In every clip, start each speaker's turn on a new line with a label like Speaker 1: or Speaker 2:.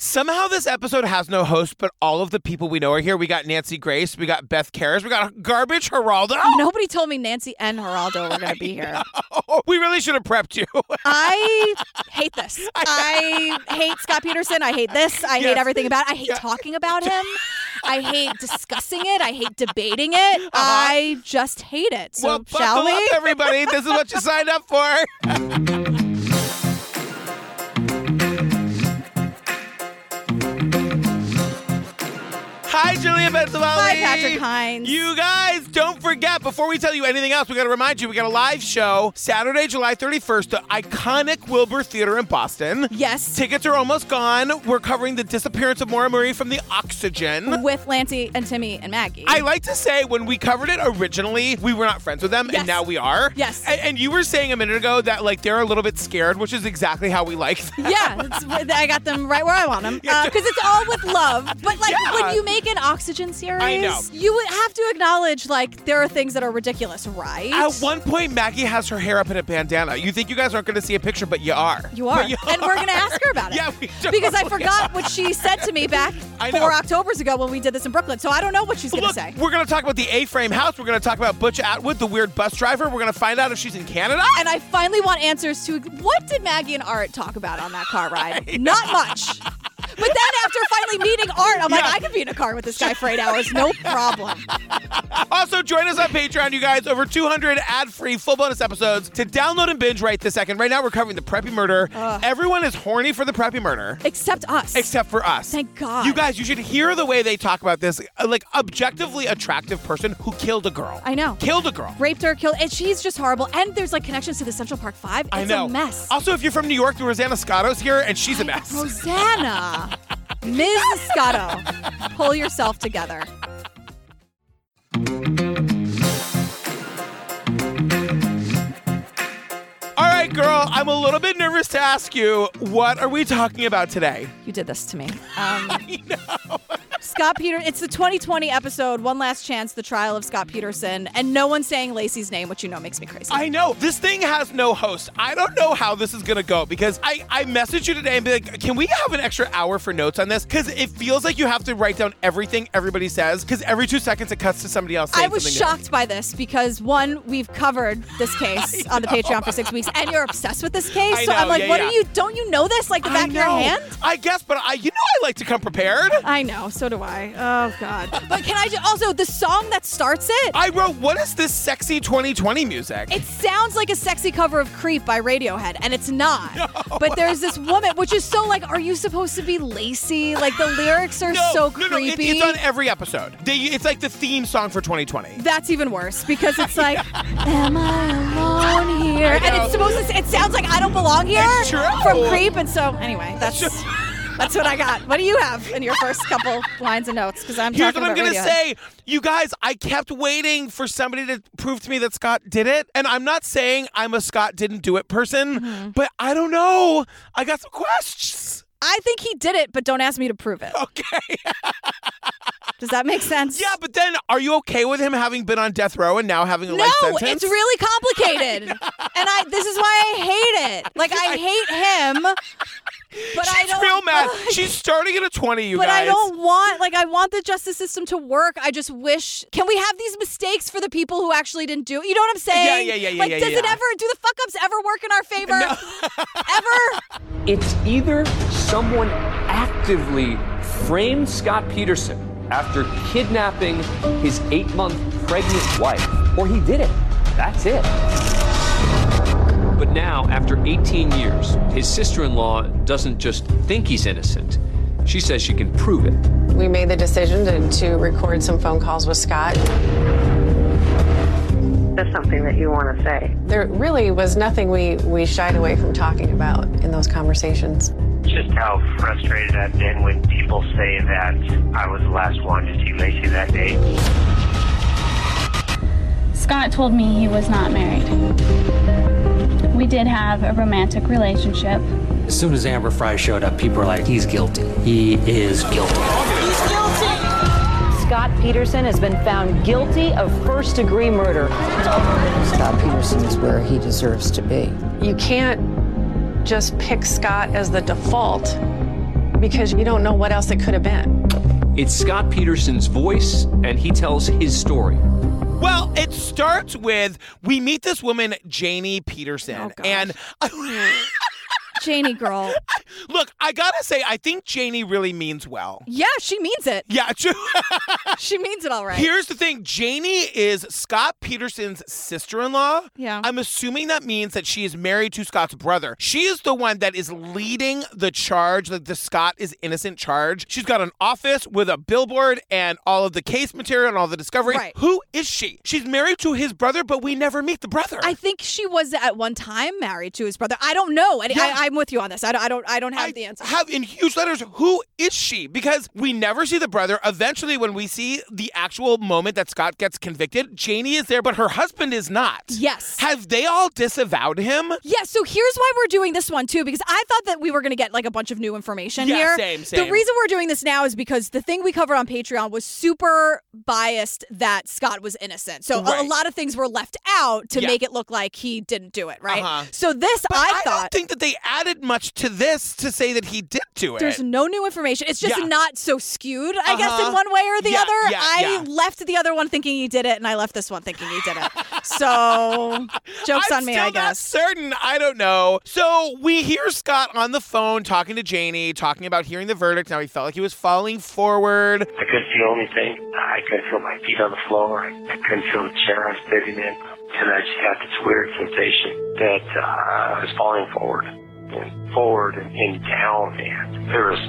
Speaker 1: Somehow this episode has no host, but all of the people we know are here. We got Nancy Grace, we got Beth Karras, we got Garbage Geraldo.
Speaker 2: Nobody told me Nancy and Geraldo were going to be here.
Speaker 1: Oh, we really should have prepped you.
Speaker 2: I hate this. I hate Scott Peterson. I hate this. I
Speaker 1: Yes.
Speaker 2: hate everything about it. I hate
Speaker 1: Yeah.
Speaker 2: talking about him. I hate discussing it. I hate debating it. I just hate it. So,
Speaker 1: Uh-huh. well,
Speaker 2: shall
Speaker 1: buckle
Speaker 2: we?
Speaker 1: up, everybody. This is what you signed up for. Hi, Julia Benzavalli.
Speaker 2: Hi, Patrick Hines.
Speaker 1: You guys, don't forget, before we tell you anything else, we got to remind you we got a live show Saturday, July 31st, the iconic Wilbur Theater in Boston.
Speaker 2: yes.
Speaker 1: Tickets are almost gone. We're covering the disappearance of Maura Murray from the Oxygen.
Speaker 2: with Lancy and Timmy and Maggie.
Speaker 1: I like to say when we covered it originally, we were not friends with them,
Speaker 2: Yes.
Speaker 1: and now we are.
Speaker 2: Yes.
Speaker 1: A- And, you were saying a minute ago that like they're a little bit scared, which is exactly how we like. Them.
Speaker 2: yeah, it's- I got them right where I want them because it's all with love. But like
Speaker 1: Yeah.
Speaker 2: when you make an oxygen series,
Speaker 1: I know.
Speaker 2: you would have to acknowledge like there are things that are ridiculous, right?
Speaker 1: At one point, Maggie has her hair up in a bandana. You think you guys aren't going to see a picture, but you are.
Speaker 2: You are.
Speaker 1: But you
Speaker 2: and we're going to ask her about it.
Speaker 1: Yeah, we
Speaker 2: Because I
Speaker 1: totally
Speaker 2: forgot what she said to me back
Speaker 1: I know.
Speaker 2: four Octobers ago when we did this in Brooklyn. So I don't know what she's going to
Speaker 1: Look,
Speaker 2: say.
Speaker 1: we're going to talk about the A-frame house. We're going to talk about Butch Atwood, the weird bus driver. We're going to find out if she's in Canada.
Speaker 2: And I finally want answers to what did Maggie and Art talk about on that car ride? Not much. But then after finally meeting Art, I'm like,
Speaker 1: Yeah.
Speaker 2: I could be in a car with this guy for eight hours, no problem.
Speaker 1: Also, join us on Patreon, you guys. Over 200 ad-free, full bonus episodes to download and binge right this second. Right now, we're covering the Preppy Murder. Everyone is horny for the Preppy Murder.
Speaker 2: Except us.
Speaker 1: except for us.
Speaker 2: Thank God.
Speaker 1: You guys, you should hear the way they talk about this uh, like objectively attractive person who killed a girl.
Speaker 2: I know.
Speaker 1: Killed a girl.
Speaker 2: Raped her, killed, and she's just horrible. And there's like connections to the Central Park Five. It's
Speaker 1: I know.
Speaker 2: a mess.
Speaker 1: Also, if you're from New York, the Rosanna Scotto's here and she's a mess.
Speaker 2: Rosanna, Ms. Scotto, pull yourself together.
Speaker 1: All right, girl, I'm a little bit nervous to ask you, what are we talking about today?
Speaker 2: You did this to me. Um, Scott Peter, it's the 2020 episode, One Last Chance, the trial of Scott Peterson, and no one's saying Lacey's name, which you know makes me crazy.
Speaker 1: I know this thing has no host. I don't know how this is gonna go because I I messaged you today and be like, can we have an extra hour for notes on this? Because it feels like you have to write down everything everybody says. Because every two seconds it cuts to somebody else.
Speaker 2: I
Speaker 1: saying
Speaker 2: was
Speaker 1: something new.
Speaker 2: shocked by this because one, we've covered this case on the Patreon for six weeks, and you're obsessed with this case.
Speaker 1: I
Speaker 2: so I'm
Speaker 1: know,
Speaker 2: like,
Speaker 1: yeah,
Speaker 2: what
Speaker 1: yeah.
Speaker 2: are you? Don't you know this like the back
Speaker 1: I
Speaker 2: of your
Speaker 1: know.
Speaker 2: hand?
Speaker 1: I guess, but I, you know, I like to come prepared.
Speaker 2: I know, so do I. Oh God! But can I just also the song that starts it?
Speaker 1: I wrote, "What is this sexy 2020 music?"
Speaker 2: It sounds like a sexy cover of Creep by Radiohead, and it's not. But there's this woman, which is so like, are you supposed to be Lacey? Like the lyrics are
Speaker 1: no,
Speaker 2: so
Speaker 1: no, no, it-
Speaker 2: creepy.
Speaker 1: it's on every episode. They, it's like the theme song for 2020.
Speaker 2: That's even worse because it's like, am I alone here? And
Speaker 1: know.
Speaker 2: it's supposed to. It sounds like I don't belong here
Speaker 1: It's true.
Speaker 2: from Creep, and so anyway, that's. That's what I got. What do you have in your first couple lines of notes? Because I'm
Speaker 1: Here's
Speaker 2: talking
Speaker 1: what I'm
Speaker 2: about
Speaker 1: gonna
Speaker 2: Radiohead.
Speaker 1: say, you guys. I kept waiting for somebody to prove to me that Scott did it, and I'm not saying I'm a Scott didn't do it person,
Speaker 2: Mm-hmm.
Speaker 1: but I don't know. I got some questions.
Speaker 2: I think he did it, but don't ask me to prove it.
Speaker 1: Okay.
Speaker 2: Does that make sense?
Speaker 1: yeah, but then, are you okay with him having been on death row and now having a life
Speaker 2: No, it's
Speaker 1: sentence?
Speaker 2: really complicated. and I this is why I hate it. Like I hate him. But I
Speaker 1: She's
Speaker 2: don't
Speaker 1: real mad. She's starting at a 20, you
Speaker 2: But
Speaker 1: guys.
Speaker 2: I don't want like I want the justice system to work. I just wish can we have these mistakes for the people who actually didn't do it? You know what I'm saying?
Speaker 1: yeah, yeah, yeah,
Speaker 2: Like
Speaker 1: yeah,
Speaker 2: does it
Speaker 1: yeah.
Speaker 2: ever do the fuck ups ever work in our favor? ever?
Speaker 3: It's either someone actively framed Scott Peterson after kidnapping his eight month pregnant wife, or he did it. That's it. But now, after 18 years, his sister in law doesn't just think he's innocent, she says she can prove it.
Speaker 4: We made the decision to, to record some phone calls with Scott.
Speaker 5: That's something that you want to say.
Speaker 4: There really was nothing we, we shied away from talking about in those conversations.
Speaker 6: just how frustrated I've been when people say that I was the last one to see Lacey that day.
Speaker 7: Scott told me he was not married. We did have a romantic relationship.
Speaker 8: As soon as Amber Fry showed up, people were like, he's guilty. He is guilty.
Speaker 9: Scott Peterson has been found guilty of first degree murder.
Speaker 10: Scott Peterson is where he deserves to be.
Speaker 4: You can't just pick Scott as the default because you don't know what else it could have been.
Speaker 3: It's Scott Peterson's voice, and he tells his story.
Speaker 1: Well, it starts with we meet this woman, Janie Peterson.
Speaker 2: Oh,
Speaker 1: and
Speaker 2: Janie girl.
Speaker 1: look, I gotta say, I think Janie really means well.
Speaker 2: Yeah, she means it.
Speaker 1: Yeah, true.
Speaker 2: She means it all right.
Speaker 1: Here's the thing Janie is Scott Peterson's sister in law.
Speaker 2: Yeah.
Speaker 1: I'm assuming that means that she is married to Scott's brother. She is the one that is leading the charge, like the Scott is innocent charge. She's got an office with a billboard and all of the case material and all the discovery.
Speaker 2: Right.
Speaker 1: Who is she? She's married to his brother, but we never meet the brother.
Speaker 2: I think she was at one time married to his brother. I don't know. And I, I'm with you on this. I don't. I don't. I don't have
Speaker 1: I
Speaker 2: the answer.
Speaker 1: Have in huge letters, who is she? Because we never see the brother. Eventually, when we see the actual moment that Scott gets convicted, Janie is there, but her husband is not.
Speaker 2: Yes.
Speaker 1: Have they all disavowed him?
Speaker 2: Yeah, so here's why we're doing this one too, because I thought that we were going to get like a bunch of new information
Speaker 1: Yeah,
Speaker 2: here.
Speaker 1: same, same.
Speaker 2: The reason we're doing this now is because the thing we covered on Patreon was super biased that Scott was innocent. So a- a,
Speaker 1: Right.
Speaker 2: lot of things were left out to
Speaker 1: Yeah.
Speaker 2: make it look like he didn't do it, right?
Speaker 1: Uh-huh.
Speaker 2: So this, I,
Speaker 1: I
Speaker 2: thought.
Speaker 1: don't think that they added much to this to say that he did do it.
Speaker 2: There's no new information. It's just
Speaker 1: Yeah.
Speaker 2: not so skewed, I guess,
Speaker 1: Uh-huh.
Speaker 2: in one way or the
Speaker 1: Yeah,
Speaker 2: other.
Speaker 1: yeah,
Speaker 2: I
Speaker 1: yeah.
Speaker 2: left the other one thinking he did it, and I left this one thinking he did it. So jokes
Speaker 1: I'm
Speaker 2: on me,
Speaker 1: still
Speaker 2: I
Speaker 1: not
Speaker 2: guess.
Speaker 1: certain. I don't know. So we hear Scott on the phone talking to Janie, talking about hearing the verdict. Now he felt like he was falling forward.
Speaker 6: I couldn't feel anything. I couldn't feel my feet on the floor. I couldn't feel the chair I was sitting in. And I just had this weird sensation that uh, I was falling forward and forward and, and down. And there was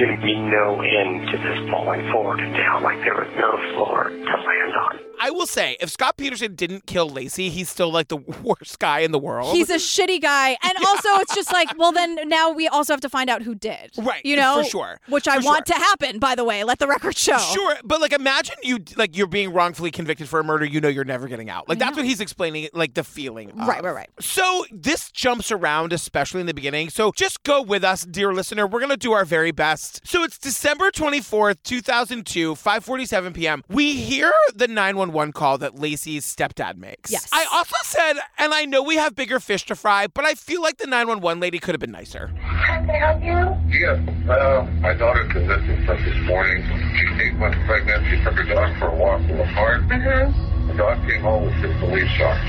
Speaker 6: going to be no end to this falling forward and down. Like there was no floor to land on.
Speaker 1: I will say, if Scott Peterson didn't kill Lacey, he's still like the worst guy in the world.
Speaker 2: He's a shitty guy. And also, it's just like, well, then now we also have to find out who did.
Speaker 1: Right,
Speaker 2: You know?
Speaker 1: for sure,
Speaker 2: Which I
Speaker 1: for
Speaker 2: want
Speaker 1: sure.
Speaker 2: to happen, by the way. Let the record show.
Speaker 1: Sure, but like imagine you like you're being wrongfully convicted for a murder you know you're never getting out. Like that's what he's explaining like the feeling. of.
Speaker 2: Right, right, right.
Speaker 1: So this jumps around especially in the beginning. So just go with us dear listener. We're going to do our very best. So it's December 24th, 2002, 5:47 p.m. We hear the 911 call that Lacey's stepdad makes.
Speaker 2: Yes.
Speaker 1: I also said and I know we have bigger fish to fry, but I feel like the 911 lady could have been nicer.
Speaker 5: Can I help you?
Speaker 11: Yeah, uh, my daughter convicted from this morning. She's eight months pregnant. She took her dog for a walk in the park. Mm-hmm. The dog came home with six police shots.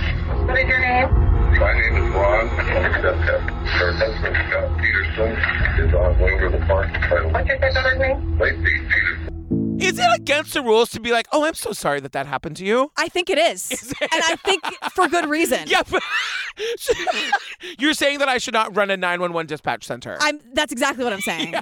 Speaker 5: What is your name?
Speaker 11: My name is Ron. Her stepdad- Her husband, Scott Peterson, is on way over the park.
Speaker 5: What's your stepdaughter's name?
Speaker 11: Late Peterson.
Speaker 1: Is it against the rules to be like, "Oh, I'm so sorry that that happened to you"?
Speaker 2: I think it is. And I think for good reason.
Speaker 1: Yeah, but you're saying that I should not run a 911 dispatch center.
Speaker 2: I'm, that's exactly what I'm saying.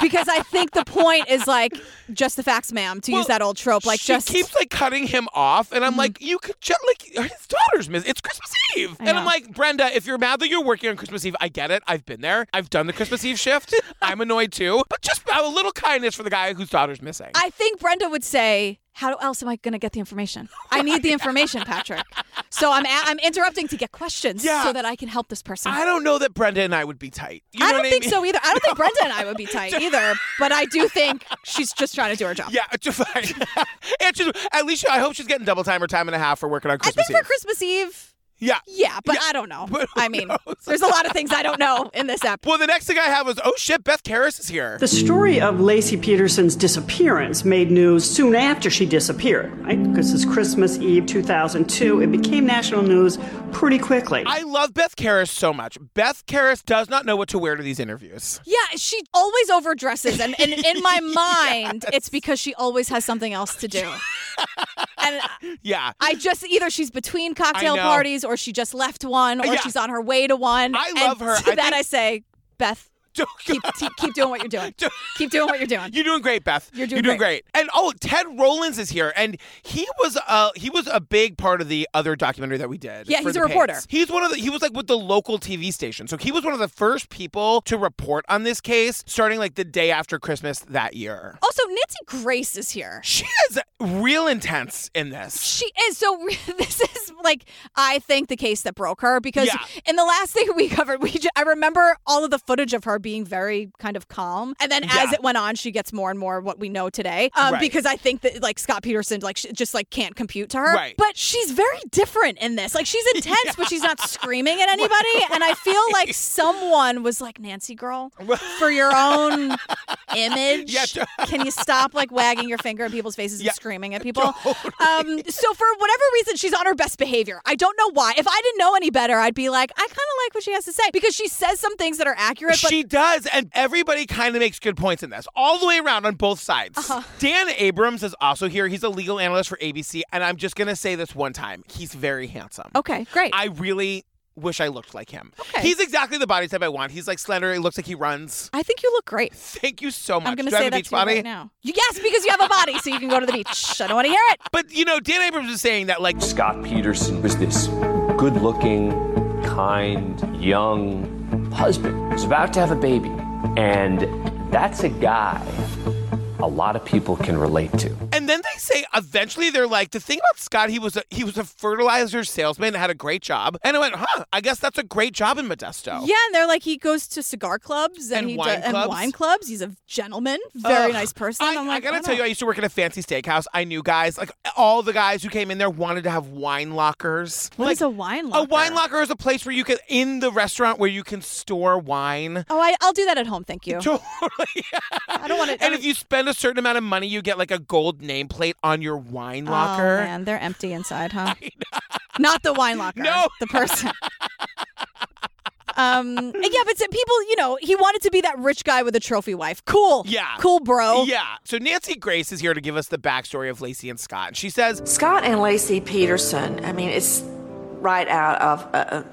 Speaker 2: Because I think the point is like, just the facts, ma'am, to use
Speaker 1: Well,
Speaker 2: that old trope. Like,
Speaker 1: she
Speaker 2: just. Mm-hmm.
Speaker 1: keeps like cutting him off, and I'm like, you could just like his daughter's miss. It's Christmas Eve, and
Speaker 2: know.
Speaker 1: I'm like, Brenda, if you're mad that you're working on Christmas Eve, I get it. I've been there. I've done the Christmas Eve shift. I'm annoyed too, but just have a little kindness for the guy whose daughter's missing.
Speaker 2: I think Brenda would say, "How else am I going to get the information? I need the information, Patrick." So I'm a- I'm interrupting to get questions
Speaker 1: Yeah.
Speaker 2: so that I can help this person.
Speaker 1: I don't know that Brenda and I would be tight. You
Speaker 2: I
Speaker 1: know
Speaker 2: don't
Speaker 1: what
Speaker 2: think
Speaker 1: mean?
Speaker 2: so either. I don't think Brenda and I would be tight either, but I do think she's just trying to do her job.
Speaker 1: Yeah, it's just like, and she's, at least she, I hope she's getting double time or time and a half for working on
Speaker 2: I
Speaker 1: Christmas
Speaker 2: think for
Speaker 1: Eve.
Speaker 2: Christmas Eve,
Speaker 1: yeah,
Speaker 2: yeah, but
Speaker 1: Yeah,
Speaker 2: I don't know.
Speaker 1: but who
Speaker 2: I mean,
Speaker 1: knows?
Speaker 2: there's a lot of things I don't know in this app.
Speaker 1: Well, the next thing I have was, oh shit, Beth Karras is here.
Speaker 12: The story of Lacey Peterson's disappearance made news soon after she disappeared, right? Because it's Christmas Eve 2002. It became national news pretty quickly.
Speaker 1: I love Beth Karras so much. Beth Karras does not know what to wear to these interviews.
Speaker 2: Yeah, she always overdresses, and, and in my mind, it's because she always has something else to do. and
Speaker 1: Yeah.
Speaker 2: I just either she's between cocktail
Speaker 1: know.
Speaker 2: parties or she just left one or
Speaker 1: Yeah.
Speaker 2: she's on her way to one.
Speaker 1: I
Speaker 2: And
Speaker 1: love her.
Speaker 2: To
Speaker 1: I
Speaker 2: that
Speaker 1: think-
Speaker 2: I say, Beth,
Speaker 1: Don't-
Speaker 2: keep, keep keep doing what you're doing.
Speaker 1: Don't-
Speaker 2: keep doing what you're doing.
Speaker 1: You're doing great, Beth.
Speaker 2: You're doing great.
Speaker 1: great. And oh, Ted Rollins is here, and he was uh he was a big part of the other documentary that we did.
Speaker 2: Yeah,
Speaker 1: for
Speaker 2: he's a
Speaker 1: the Pace.
Speaker 2: reporter.
Speaker 1: He's one of the he was like with the local TV station, so he was one of the first people to report on this case, starting like the day after Christmas that year.
Speaker 2: also, Nancy Grace is here.
Speaker 1: She is real intense in this.
Speaker 2: She is so. This is like I think the case that broke her because
Speaker 1: Yeah.
Speaker 2: in the last thing we covered, we ju- I remember all of the footage of her being very kind of calm. And then as
Speaker 13: Yeah.
Speaker 2: it went on, she gets more and more what we know today. Um,
Speaker 13: Right.
Speaker 2: Because I think that like Scott Peterson like sh- just like can't compute to her.
Speaker 13: Right.
Speaker 2: But she's very different in this. Like she's intense, but she's not screaming at anybody. And I feel like someone was like Nancy girl for your own image. Can you stop like wagging your finger in people's faces and screaming at people? Um, so for whatever reason, she's on her best behavior. I don't know why. If I didn't know any better, I'd be like, I kind of like what she has to say because she says some things that are accurate. But
Speaker 1: she does, and everybody kind of makes good points in this, all the way around on both sides.
Speaker 2: Uh-huh.
Speaker 1: Dan Abrams is also here. He's a legal analyst for ABC, and I'm just gonna say this one time: he's very handsome.
Speaker 2: Okay, great.
Speaker 1: I really wish I looked like him. Okay. He's exactly the body type I want. He's like slender. He looks like he runs.
Speaker 2: I think you look great.
Speaker 1: Thank you so much.
Speaker 2: I'm going
Speaker 1: Do
Speaker 2: to
Speaker 1: I
Speaker 2: say
Speaker 1: have a
Speaker 2: that
Speaker 1: beach
Speaker 2: to you
Speaker 1: body?
Speaker 2: right now. Yes, because you have a body, so you can go to the beach. I don't want to hear it.
Speaker 1: But you know, Dan Abrams is saying that like
Speaker 3: Scott Peterson was this good looking, kind, young husband who's about to have a baby. And that's a guy a lot of people can relate to.
Speaker 1: And then they say eventually they're like the thing about Scott he was a, he was a fertilizer salesman and had a great job and I went huh I guess that's a great job in Modesto
Speaker 2: Yeah, and they're like he goes to cigar clubs and,
Speaker 1: Oh. And
Speaker 2: he
Speaker 1: wine
Speaker 2: and
Speaker 1: clubs.
Speaker 2: wine clubs. He's a gentleman, very
Speaker 1: Ugh.
Speaker 2: nice person.
Speaker 1: I,
Speaker 2: am
Speaker 1: I
Speaker 2: like,
Speaker 1: gotta
Speaker 2: don't
Speaker 1: tell
Speaker 2: know.
Speaker 1: you I used to work at a fancy steakhouse I knew guys like all the guys who came in there wanted to have wine lockers
Speaker 2: What
Speaker 1: like
Speaker 2: is a wine
Speaker 1: a
Speaker 2: locker?
Speaker 1: wine locker is a place where you can in the restaurant where you can store wine
Speaker 2: Oh, I, I'll do that at home. Thank you.
Speaker 1: Totally.
Speaker 2: I don't want to.
Speaker 1: and if you spend a certain amount of money you get like a gold nameplate on your wine
Speaker 2: Oh,
Speaker 1: locker
Speaker 2: man, they're empty inside, huh? Not the wine locker. No, the person. Um. and Yeah, but so people, you know, he wanted to be that rich guy with a trophy wife. Cool.
Speaker 1: Yeah.
Speaker 2: Cool, bro.
Speaker 1: Yeah. So Nancy Grace is here to give us the backstory of Lacey and Scott. And she says,
Speaker 14: Scott and Lacey Peterson, I mean, it's right out of a, a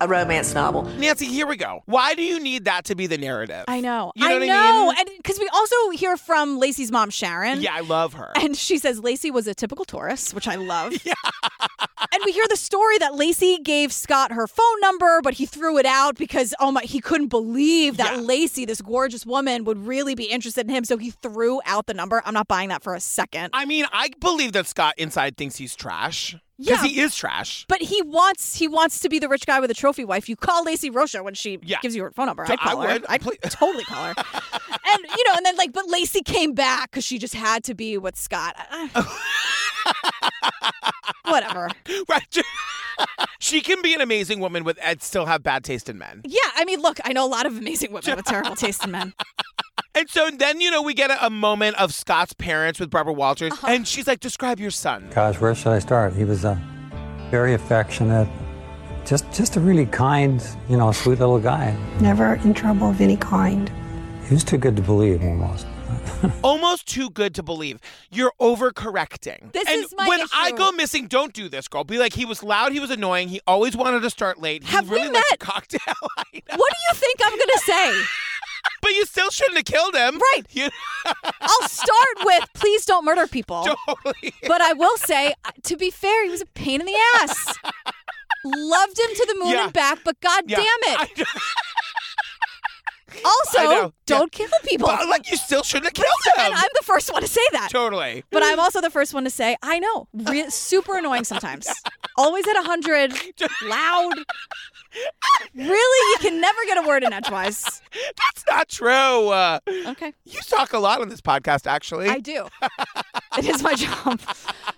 Speaker 14: a romance novel.
Speaker 1: Nancy, here we go. Why do you need that to be the narrative?
Speaker 2: I know.
Speaker 1: You know
Speaker 2: I
Speaker 1: what I
Speaker 2: know.
Speaker 1: mean?
Speaker 2: And because we also hear from Lacey's mom, Sharon.
Speaker 1: Yeah, I love her.
Speaker 2: And she says Lacey was a typical Taurus, which I love. yeah. and we hear the story that Lacey gave Scott her phone number, but he threw it out because oh my, he couldn't believe that Lacey, this gorgeous woman, would really be interested in him, so he threw out the number. I'm not buying that for a second.
Speaker 1: I mean, I believe that Scott inside thinks he's trash.
Speaker 2: Yeah.
Speaker 1: Because he is trash.
Speaker 2: But he wants he wants to be the rich guy with a trophy wife. You call Lacey Rocha when she
Speaker 1: Yeah.
Speaker 2: gives you her phone number.
Speaker 1: So
Speaker 2: I'd call
Speaker 1: I would.
Speaker 2: her. I'd totally call her. and you know, and then like, but Lacey came back because she just had to be with Scott. Whatever.
Speaker 1: right. she can be an amazing woman with and still have bad taste in men.
Speaker 2: Yeah, I mean, look, I know a lot of amazing women with terrible taste in men.
Speaker 1: And so then, you know, we get a, a moment of Scott's parents with Barbara Walters.
Speaker 2: Uh-huh.
Speaker 1: And she's like, describe your son.
Speaker 15: Gosh, where should I start? He was a very affectionate, just just a really kind, you know, sweet little guy.
Speaker 16: Never in trouble of any kind.
Speaker 15: He was too good to believe almost.
Speaker 1: Almost too good to believe. You're overcorrecting.
Speaker 2: This
Speaker 1: and
Speaker 2: is my
Speaker 1: when I
Speaker 2: issue.
Speaker 1: go missing, don't do this, girl. Be like, he was loud, he was annoying, he always wanted to start late. He
Speaker 2: Have we
Speaker 1: really liked
Speaker 2: met?
Speaker 1: a cocktail.
Speaker 2: What do you think I'm gonna say?
Speaker 1: But you still shouldn't have killed him.
Speaker 2: Right.
Speaker 1: You-
Speaker 2: I'll start with please don't murder people. But I will say, uh, to be fair, he was a pain in the ass. Loved him to the moon
Speaker 13: Yeah.
Speaker 2: and back, but god
Speaker 13: Yeah.
Speaker 2: damn
Speaker 1: it.
Speaker 2: also,
Speaker 1: I know.
Speaker 2: don't kill people.
Speaker 1: But, like, you still shouldn't have
Speaker 2: Listen,
Speaker 1: killed him.
Speaker 2: And I'm the first one to say that.
Speaker 1: Totally.
Speaker 2: But I'm also the first one to say, I know, re- super annoying sometimes. Always at 100, loud. Really, you can never get a word in edgewise.
Speaker 1: That's not true. Uh,
Speaker 2: okay.
Speaker 1: You talk a lot on this podcast, actually.
Speaker 2: I do. it is my job.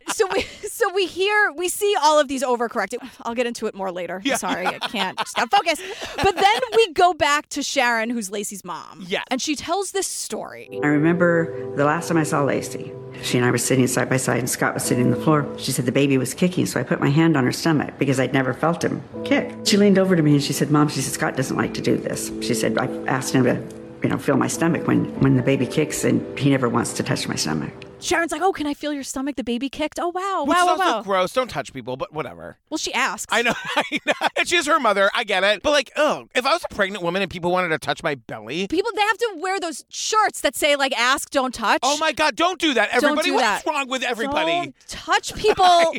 Speaker 2: So we so we hear we see all of these overcorrected. I'll get into it more later. I'm sorry, I can't. Just got focus. But then we go back to Sharon, who's Lacey's mom. Yeah. And she tells this story.
Speaker 16: I remember the last time I saw Lacey. She and I were sitting side by side, and Scott was sitting on the floor. She said the baby was kicking, so I put my hand on her stomach because I'd never felt him kick. She leaned over to me and she said, "Mom," she said, "Scott doesn't like to do this." She said, "I asked him to, you know, feel my stomach when when the baby kicks, and he never wants to touch my stomach."
Speaker 2: Sharon's like, "Oh, can I feel your stomach? The baby kicked. Oh wow,
Speaker 1: Which
Speaker 2: wow,
Speaker 1: is
Speaker 2: wow,
Speaker 1: also
Speaker 2: wow."
Speaker 1: gross. Don't touch people, but whatever.
Speaker 2: Well, she asks.
Speaker 1: I know, I know. And she's her mother. I get it. But like, oh, if I was a pregnant woman and people wanted to touch my belly,
Speaker 2: People they have to wear those shirts that say like "ask, don't touch."
Speaker 1: oh my god, don't do that,
Speaker 2: Don't
Speaker 1: everybody.
Speaker 2: do
Speaker 1: What's
Speaker 2: that.
Speaker 1: wrong with everybody?
Speaker 2: Don't touch people.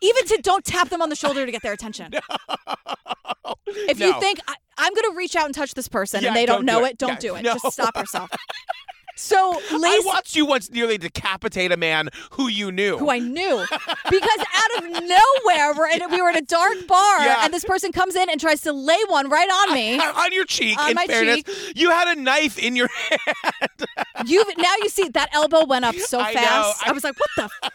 Speaker 2: Even to don't tap them on the shoulder to get their attention. If you
Speaker 1: No.
Speaker 2: think I, I'm going to reach out and touch this person
Speaker 1: Yeah,
Speaker 2: and they don't,
Speaker 1: don't do
Speaker 2: know
Speaker 1: it.
Speaker 2: it, don't
Speaker 1: Yeah,
Speaker 2: do it.
Speaker 1: no.
Speaker 2: Just stop yourself. So
Speaker 1: I watched you once nearly decapitate a man who you knew.
Speaker 2: who I knew because out of nowhere we're in, we were in a dark bar
Speaker 1: Yeah.
Speaker 2: and this person comes in and tries to lay one right on me.
Speaker 1: on your cheek,
Speaker 2: On
Speaker 1: in
Speaker 2: my
Speaker 1: fairness, you had a knife in your hand.
Speaker 2: You now you see that elbow went up so
Speaker 1: I know.
Speaker 2: fast. I was like, what the fuck?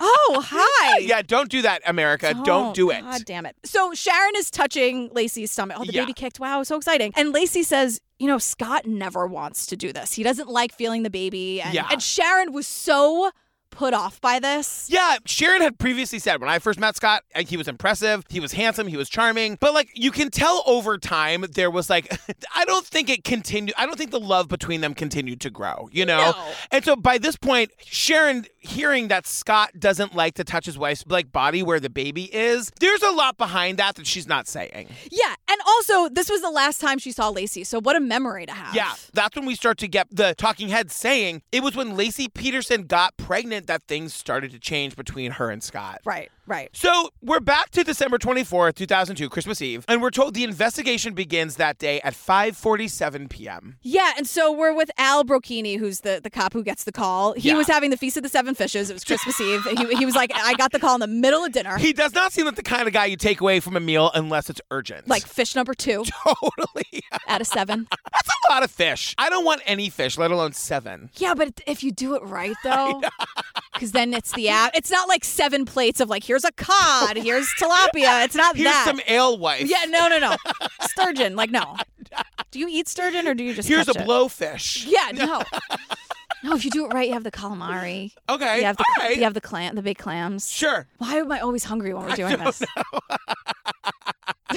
Speaker 2: Oh, hi.
Speaker 1: Yeah, don't do that, America. don't do it.
Speaker 2: Oh, God damn it. So Sharon is touching Lacey's stomach. Oh, the
Speaker 1: Yeah.
Speaker 2: baby kicked. Wow, so exciting. And Lacey says, you know, Scott never wants to do this. He doesn't like feeling the baby. And,
Speaker 1: Yeah.
Speaker 2: and Sharon was so put off by this.
Speaker 1: Yeah, Sharon had previously said when I first met Scott, like, he was impressive, he was handsome, he was charming. But like you can tell over time, there was like I don't think it continued. I don't think the love between them continued to grow. You know, and so by this point, Sharon hearing that Scott doesn't like to touch his wife's like body where the baby is, there's a lot behind that that she's not saying.
Speaker 2: Yeah. And also, this was the last time she saw Lacey. So what a memory to have.
Speaker 1: Yeah, that's when we start to get the talking heads saying it was when Lacey Peterson got pregnant that things started to change between her and Scott.
Speaker 2: Right, right.
Speaker 1: So we're back to December 24th, 2002, Christmas Eve, and we're told the investigation begins that day at 5:47 p.m.
Speaker 2: Yeah, and so we're with Al Brocchini, who's the, the cop who gets the call. He
Speaker 1: Yeah.
Speaker 2: was having the Feast of the Seven Fishes. It was Christmas Eve. He, he was like, I got the call in the middle of dinner.
Speaker 1: He does not seem like the kind of guy you take away from a meal unless it's urgent.
Speaker 2: like fish number two.
Speaker 1: Totally.
Speaker 2: out of seven.
Speaker 1: that's a lot of fish. I don't want any fish, let alone seven.
Speaker 2: Yeah, but if you do it right though, because then it's the app. It's not like seven plates of like here's a cod, here's tilapia. It's not
Speaker 1: Here's
Speaker 2: that.
Speaker 1: some alewife.
Speaker 2: yeah, no, no, no. Sturgeon, like no. Do you eat sturgeon or do you just?
Speaker 1: Here's a
Speaker 2: catch it?
Speaker 1: blowfish.
Speaker 2: Yeah, no. No, if you do it right, you have the calamari.
Speaker 1: Okay,
Speaker 2: You have the,
Speaker 1: all right.
Speaker 2: you have the clam, the big clams.
Speaker 1: Sure.
Speaker 2: Why am I always hungry when we're doing this?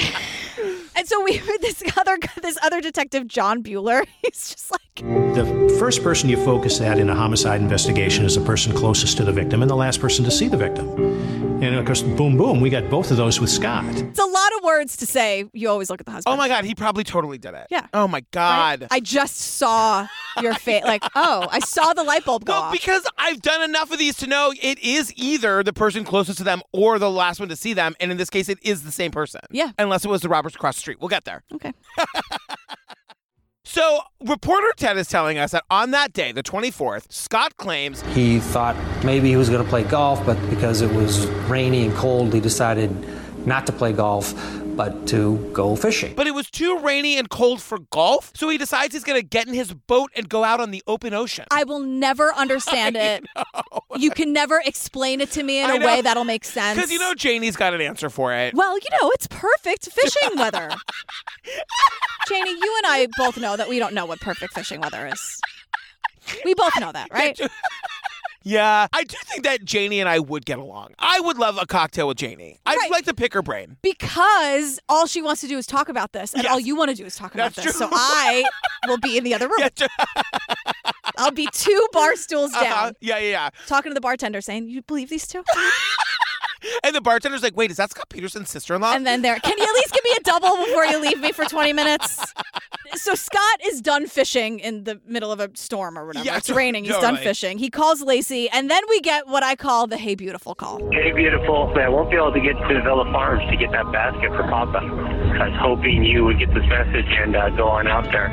Speaker 2: and so we this other this other detective John Bueller. He's just like.
Speaker 13: The first person you focus at in a homicide investigation is the person closest to the victim and the last person to see the victim. And of course, boom, boom, we got both of those with Scott.
Speaker 2: It's a lot of words to say. You always look at the husband.
Speaker 1: Oh my god, he probably totally did it.
Speaker 2: Yeah.
Speaker 1: Oh my god.
Speaker 2: I just saw your face. Like, oh, I saw the light bulb go off.
Speaker 1: Because I've done enough of these to know it is either the person closest to them or the last one to see them. And in this case, it is the same person.
Speaker 2: Yeah.
Speaker 1: Unless it was the robbers across the street. We'll get there.
Speaker 2: Okay.
Speaker 1: so, reporter Ted is telling us that on that day, the 24th, Scott claims
Speaker 8: He thought maybe he was going to play golf, but because it was rainy and cold, he decided not to play golf, but to go fishing.
Speaker 1: But it was too rainy and cold for golf, so he decides he's going to get in his boat and go out on the open ocean.
Speaker 2: I will never understand it. You can never explain it to me in
Speaker 1: I
Speaker 2: a
Speaker 1: know.
Speaker 2: way that'll make sense.
Speaker 1: Because you know Janie's got an answer for it.
Speaker 2: well, you know, it's perfect fishing weather. Janie, you and I both know that we don't know what perfect fishing weather is. We both know that, right?
Speaker 1: Yeah, I do think that Janie and I would get along. I would love a cocktail with Janie. I'd
Speaker 2: Right.
Speaker 1: like to pick her brain.
Speaker 2: Because all she wants to do is talk about this, and all you want to do is talk about
Speaker 1: That's
Speaker 2: this.
Speaker 1: true.
Speaker 2: So I will be in the other room. I'll be two bar stools down.
Speaker 1: Uh-huh. Yeah, yeah, yeah.
Speaker 2: talking to the bartender saying, "You believe these two?
Speaker 1: Uh-huh. And the bartender's like, wait, is that Scott Peterson's sister in law?
Speaker 2: and then there, can you at least give me a double before you leave me for 20 minutes? So Scott is done fishing in the middle of a storm or whatever.
Speaker 6: Yeah,
Speaker 2: it's raining. He's done
Speaker 6: totally.
Speaker 2: fishing. He calls Lacey, and then we get what I call the "Hey Beautiful" call.
Speaker 6: Hey, beautiful. I won't be able to get to Villa Farms to get that basket for Papa. I was hoping you would get this message and uh, go on out there.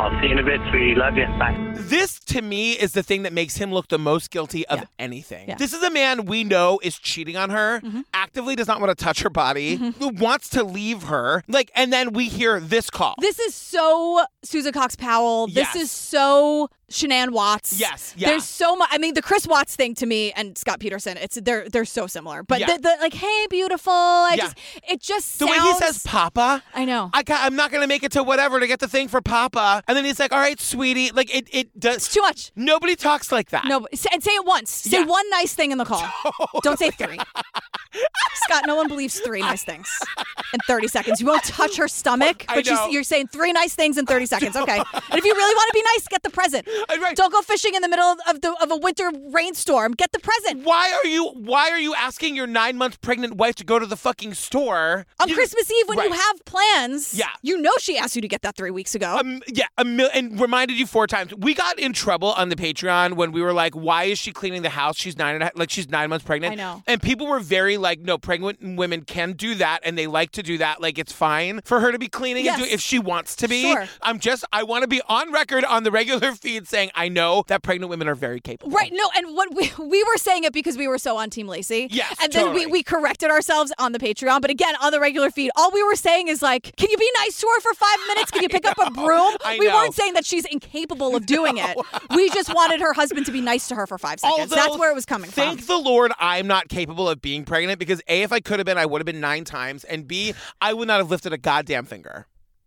Speaker 6: I'll see you in a bit, sweetie. Love you. Bye.
Speaker 1: this to me is the thing that makes him look the most guilty of anything.
Speaker 6: Yeah.
Speaker 1: This is a man we know is cheating on her,
Speaker 2: Mm-hmm.
Speaker 1: actively does not want to touch her body, who wants to leave her. Like, and then we hear this call.
Speaker 2: This is so Susan Cox Powell. This
Speaker 1: Yes.
Speaker 2: is so Shanann Watts.
Speaker 1: Yes, yeah.
Speaker 2: There's so much. I mean, the Chris Watts thing to me and Scott Peterson. It's they're they're so similar. But
Speaker 1: Yeah.
Speaker 2: the, the like, "Hey Beautiful," I
Speaker 1: Yeah.
Speaker 2: just it just
Speaker 1: the
Speaker 2: sounds,
Speaker 1: way he says Papa,
Speaker 2: I know.
Speaker 1: I ca- I'm not gonna make it to whatever to get the thing for Papa, and then he's like, "All right, sweetie," like it it does
Speaker 2: it's too much.
Speaker 1: Nobody talks like that.
Speaker 2: No, but- say- and say it once. Say
Speaker 1: Yeah.
Speaker 2: one nice thing in the call. Don't say three. Scott, no one believes three nice things in 30 seconds. You won't touch her stomach,
Speaker 1: I
Speaker 2: but you,
Speaker 1: know.
Speaker 2: you're saying three nice things in 30 seconds. Okay. And if you really want to be nice, get the present. Don't go fishing in the middle of the of a winter rainstorm. Get the present.
Speaker 1: Why are you Why are you asking your nine month pregnant wife to go to the fucking store
Speaker 2: on
Speaker 1: You-
Speaker 2: Christmas Eve when you
Speaker 1: Right.
Speaker 2: have plans?
Speaker 1: Yeah.
Speaker 2: You know she asked you to get that three weeks ago.
Speaker 1: Um, yeah, a mil- and reminded you four times. We got in trouble on the Patreon when we were like, "Why is she cleaning the house? She's nine and a half, like she's nine months pregnant."
Speaker 2: I know.
Speaker 1: And people were very like, "No, pregnant women can do that, and they like to do that. Like it's fine for her to be cleaning and
Speaker 2: Yes.
Speaker 1: do if she wants to be."
Speaker 2: Sure.
Speaker 1: I'm just, I want to be on record on the regular feed kids saying, I know that pregnant women are very capable.
Speaker 2: Right. No, and what we, we were saying it because we were so on Team Lacey.
Speaker 1: Yes,
Speaker 2: And then
Speaker 1: totally.
Speaker 2: we, we corrected ourselves on the Patreon. But again, on the regular feed, all we were saying is like, can you be nice to her for five minutes? Can you pick up a broom?
Speaker 1: I
Speaker 2: we
Speaker 1: know.
Speaker 2: weren't saying that she's incapable of doing it. We just wanted her husband to be nice to her for five seconds. That's
Speaker 1: Although,
Speaker 2: where it was coming from.
Speaker 1: Thank the Lord I'm not capable of being pregnant because A, if I could have been, I would have been nine times. And B, I would not have lifted a goddamn finger.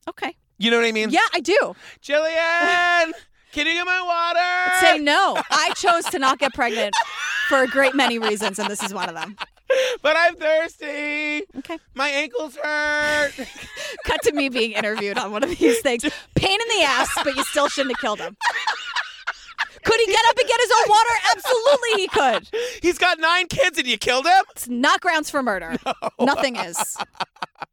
Speaker 2: Okay.
Speaker 1: You know what I mean?
Speaker 2: Yeah, I do.
Speaker 1: Jillian, can you get my water?
Speaker 2: Say no. I chose to not get pregnant for a great many reasons, and this is one of them.
Speaker 1: But I'm thirsty.
Speaker 2: Okay.
Speaker 1: My ankles hurt.
Speaker 2: Cut to me being interviewed on one of these things. Pain in the ass, but you still shouldn't have killed him. Could he get up and get his own water? Absolutely, he could.
Speaker 1: He's got nine kids and you killed him?
Speaker 2: It's not grounds for murder. Nothing is.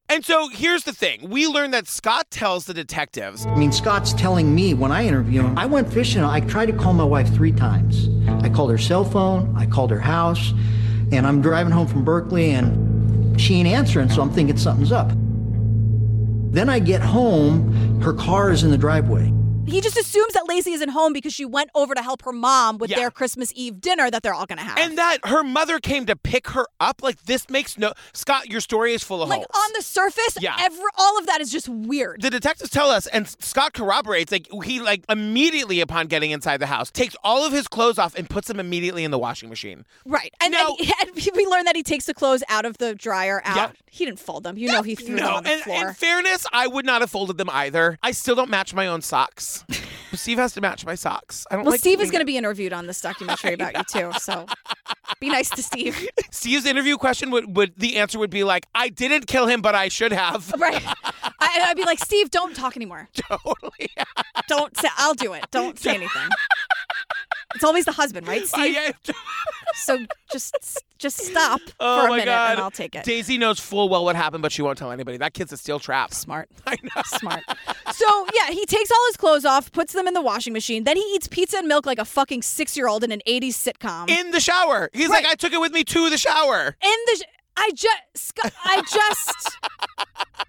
Speaker 1: And so here's the thing. We learned that Scott tells the detectives
Speaker 17: I mean, Scott's telling me when I interview him, I went fishing. I tried to call my wife three times. I called her cell phone, I called her house, and I'm driving home from Berkeley and she ain't answering, so I'm thinking something's up. Then I get home, her car is in the driveway.
Speaker 2: He just assumes that Lacey isn't home because she went over to help her mom with their Christmas Eve dinner that they're all going to have.
Speaker 1: and that her mother came to pick her up. Like, this makes no. Scott, your story is full of
Speaker 2: like
Speaker 1: holes.
Speaker 2: on the surface,
Speaker 1: Yeah.
Speaker 2: every, all of that is just weird.
Speaker 1: the detectives tell us and scott corroborates like he like immediately upon getting inside the house takes all of his clothes off and puts them immediately in the washing machine
Speaker 2: Right. And, and, and we learn that he takes the clothes out of the dryer out.
Speaker 1: Yeah.
Speaker 2: He didn't fold them. You know he threw them
Speaker 1: no
Speaker 2: on the
Speaker 1: and
Speaker 2: floor.
Speaker 1: in fairness i would not have folded them either i still don't match my own socks steve has to match my socks i don't
Speaker 2: well,
Speaker 1: like
Speaker 2: Steve is
Speaker 1: doing
Speaker 2: going to be interviewed on this documentary about you too, so be nice to Steve.
Speaker 1: that. steve's interview question would, would the answer would be like i didn't kill him but i should have
Speaker 2: right I, I'd be like, Steve, don't talk anymore.
Speaker 1: Totally.
Speaker 2: don't say. I'll do it. Don't say anything. It's always the husband, right, Steve? so just just stop
Speaker 1: Oh
Speaker 2: for a
Speaker 1: my
Speaker 2: minute,
Speaker 1: God.
Speaker 2: and I'll take it.
Speaker 1: Daisy knows full well what happened, but she won't tell anybody. That kid's a steel trap.
Speaker 2: Smart.
Speaker 1: I know.
Speaker 2: Smart. So yeah, he takes all his clothes off, puts them in the washing machine. Then he eats pizza and milk like a fucking six-year-old in an '80s sitcom.
Speaker 1: In the shower. He's like, I took it with me to the shower.
Speaker 2: in the sh- I just I just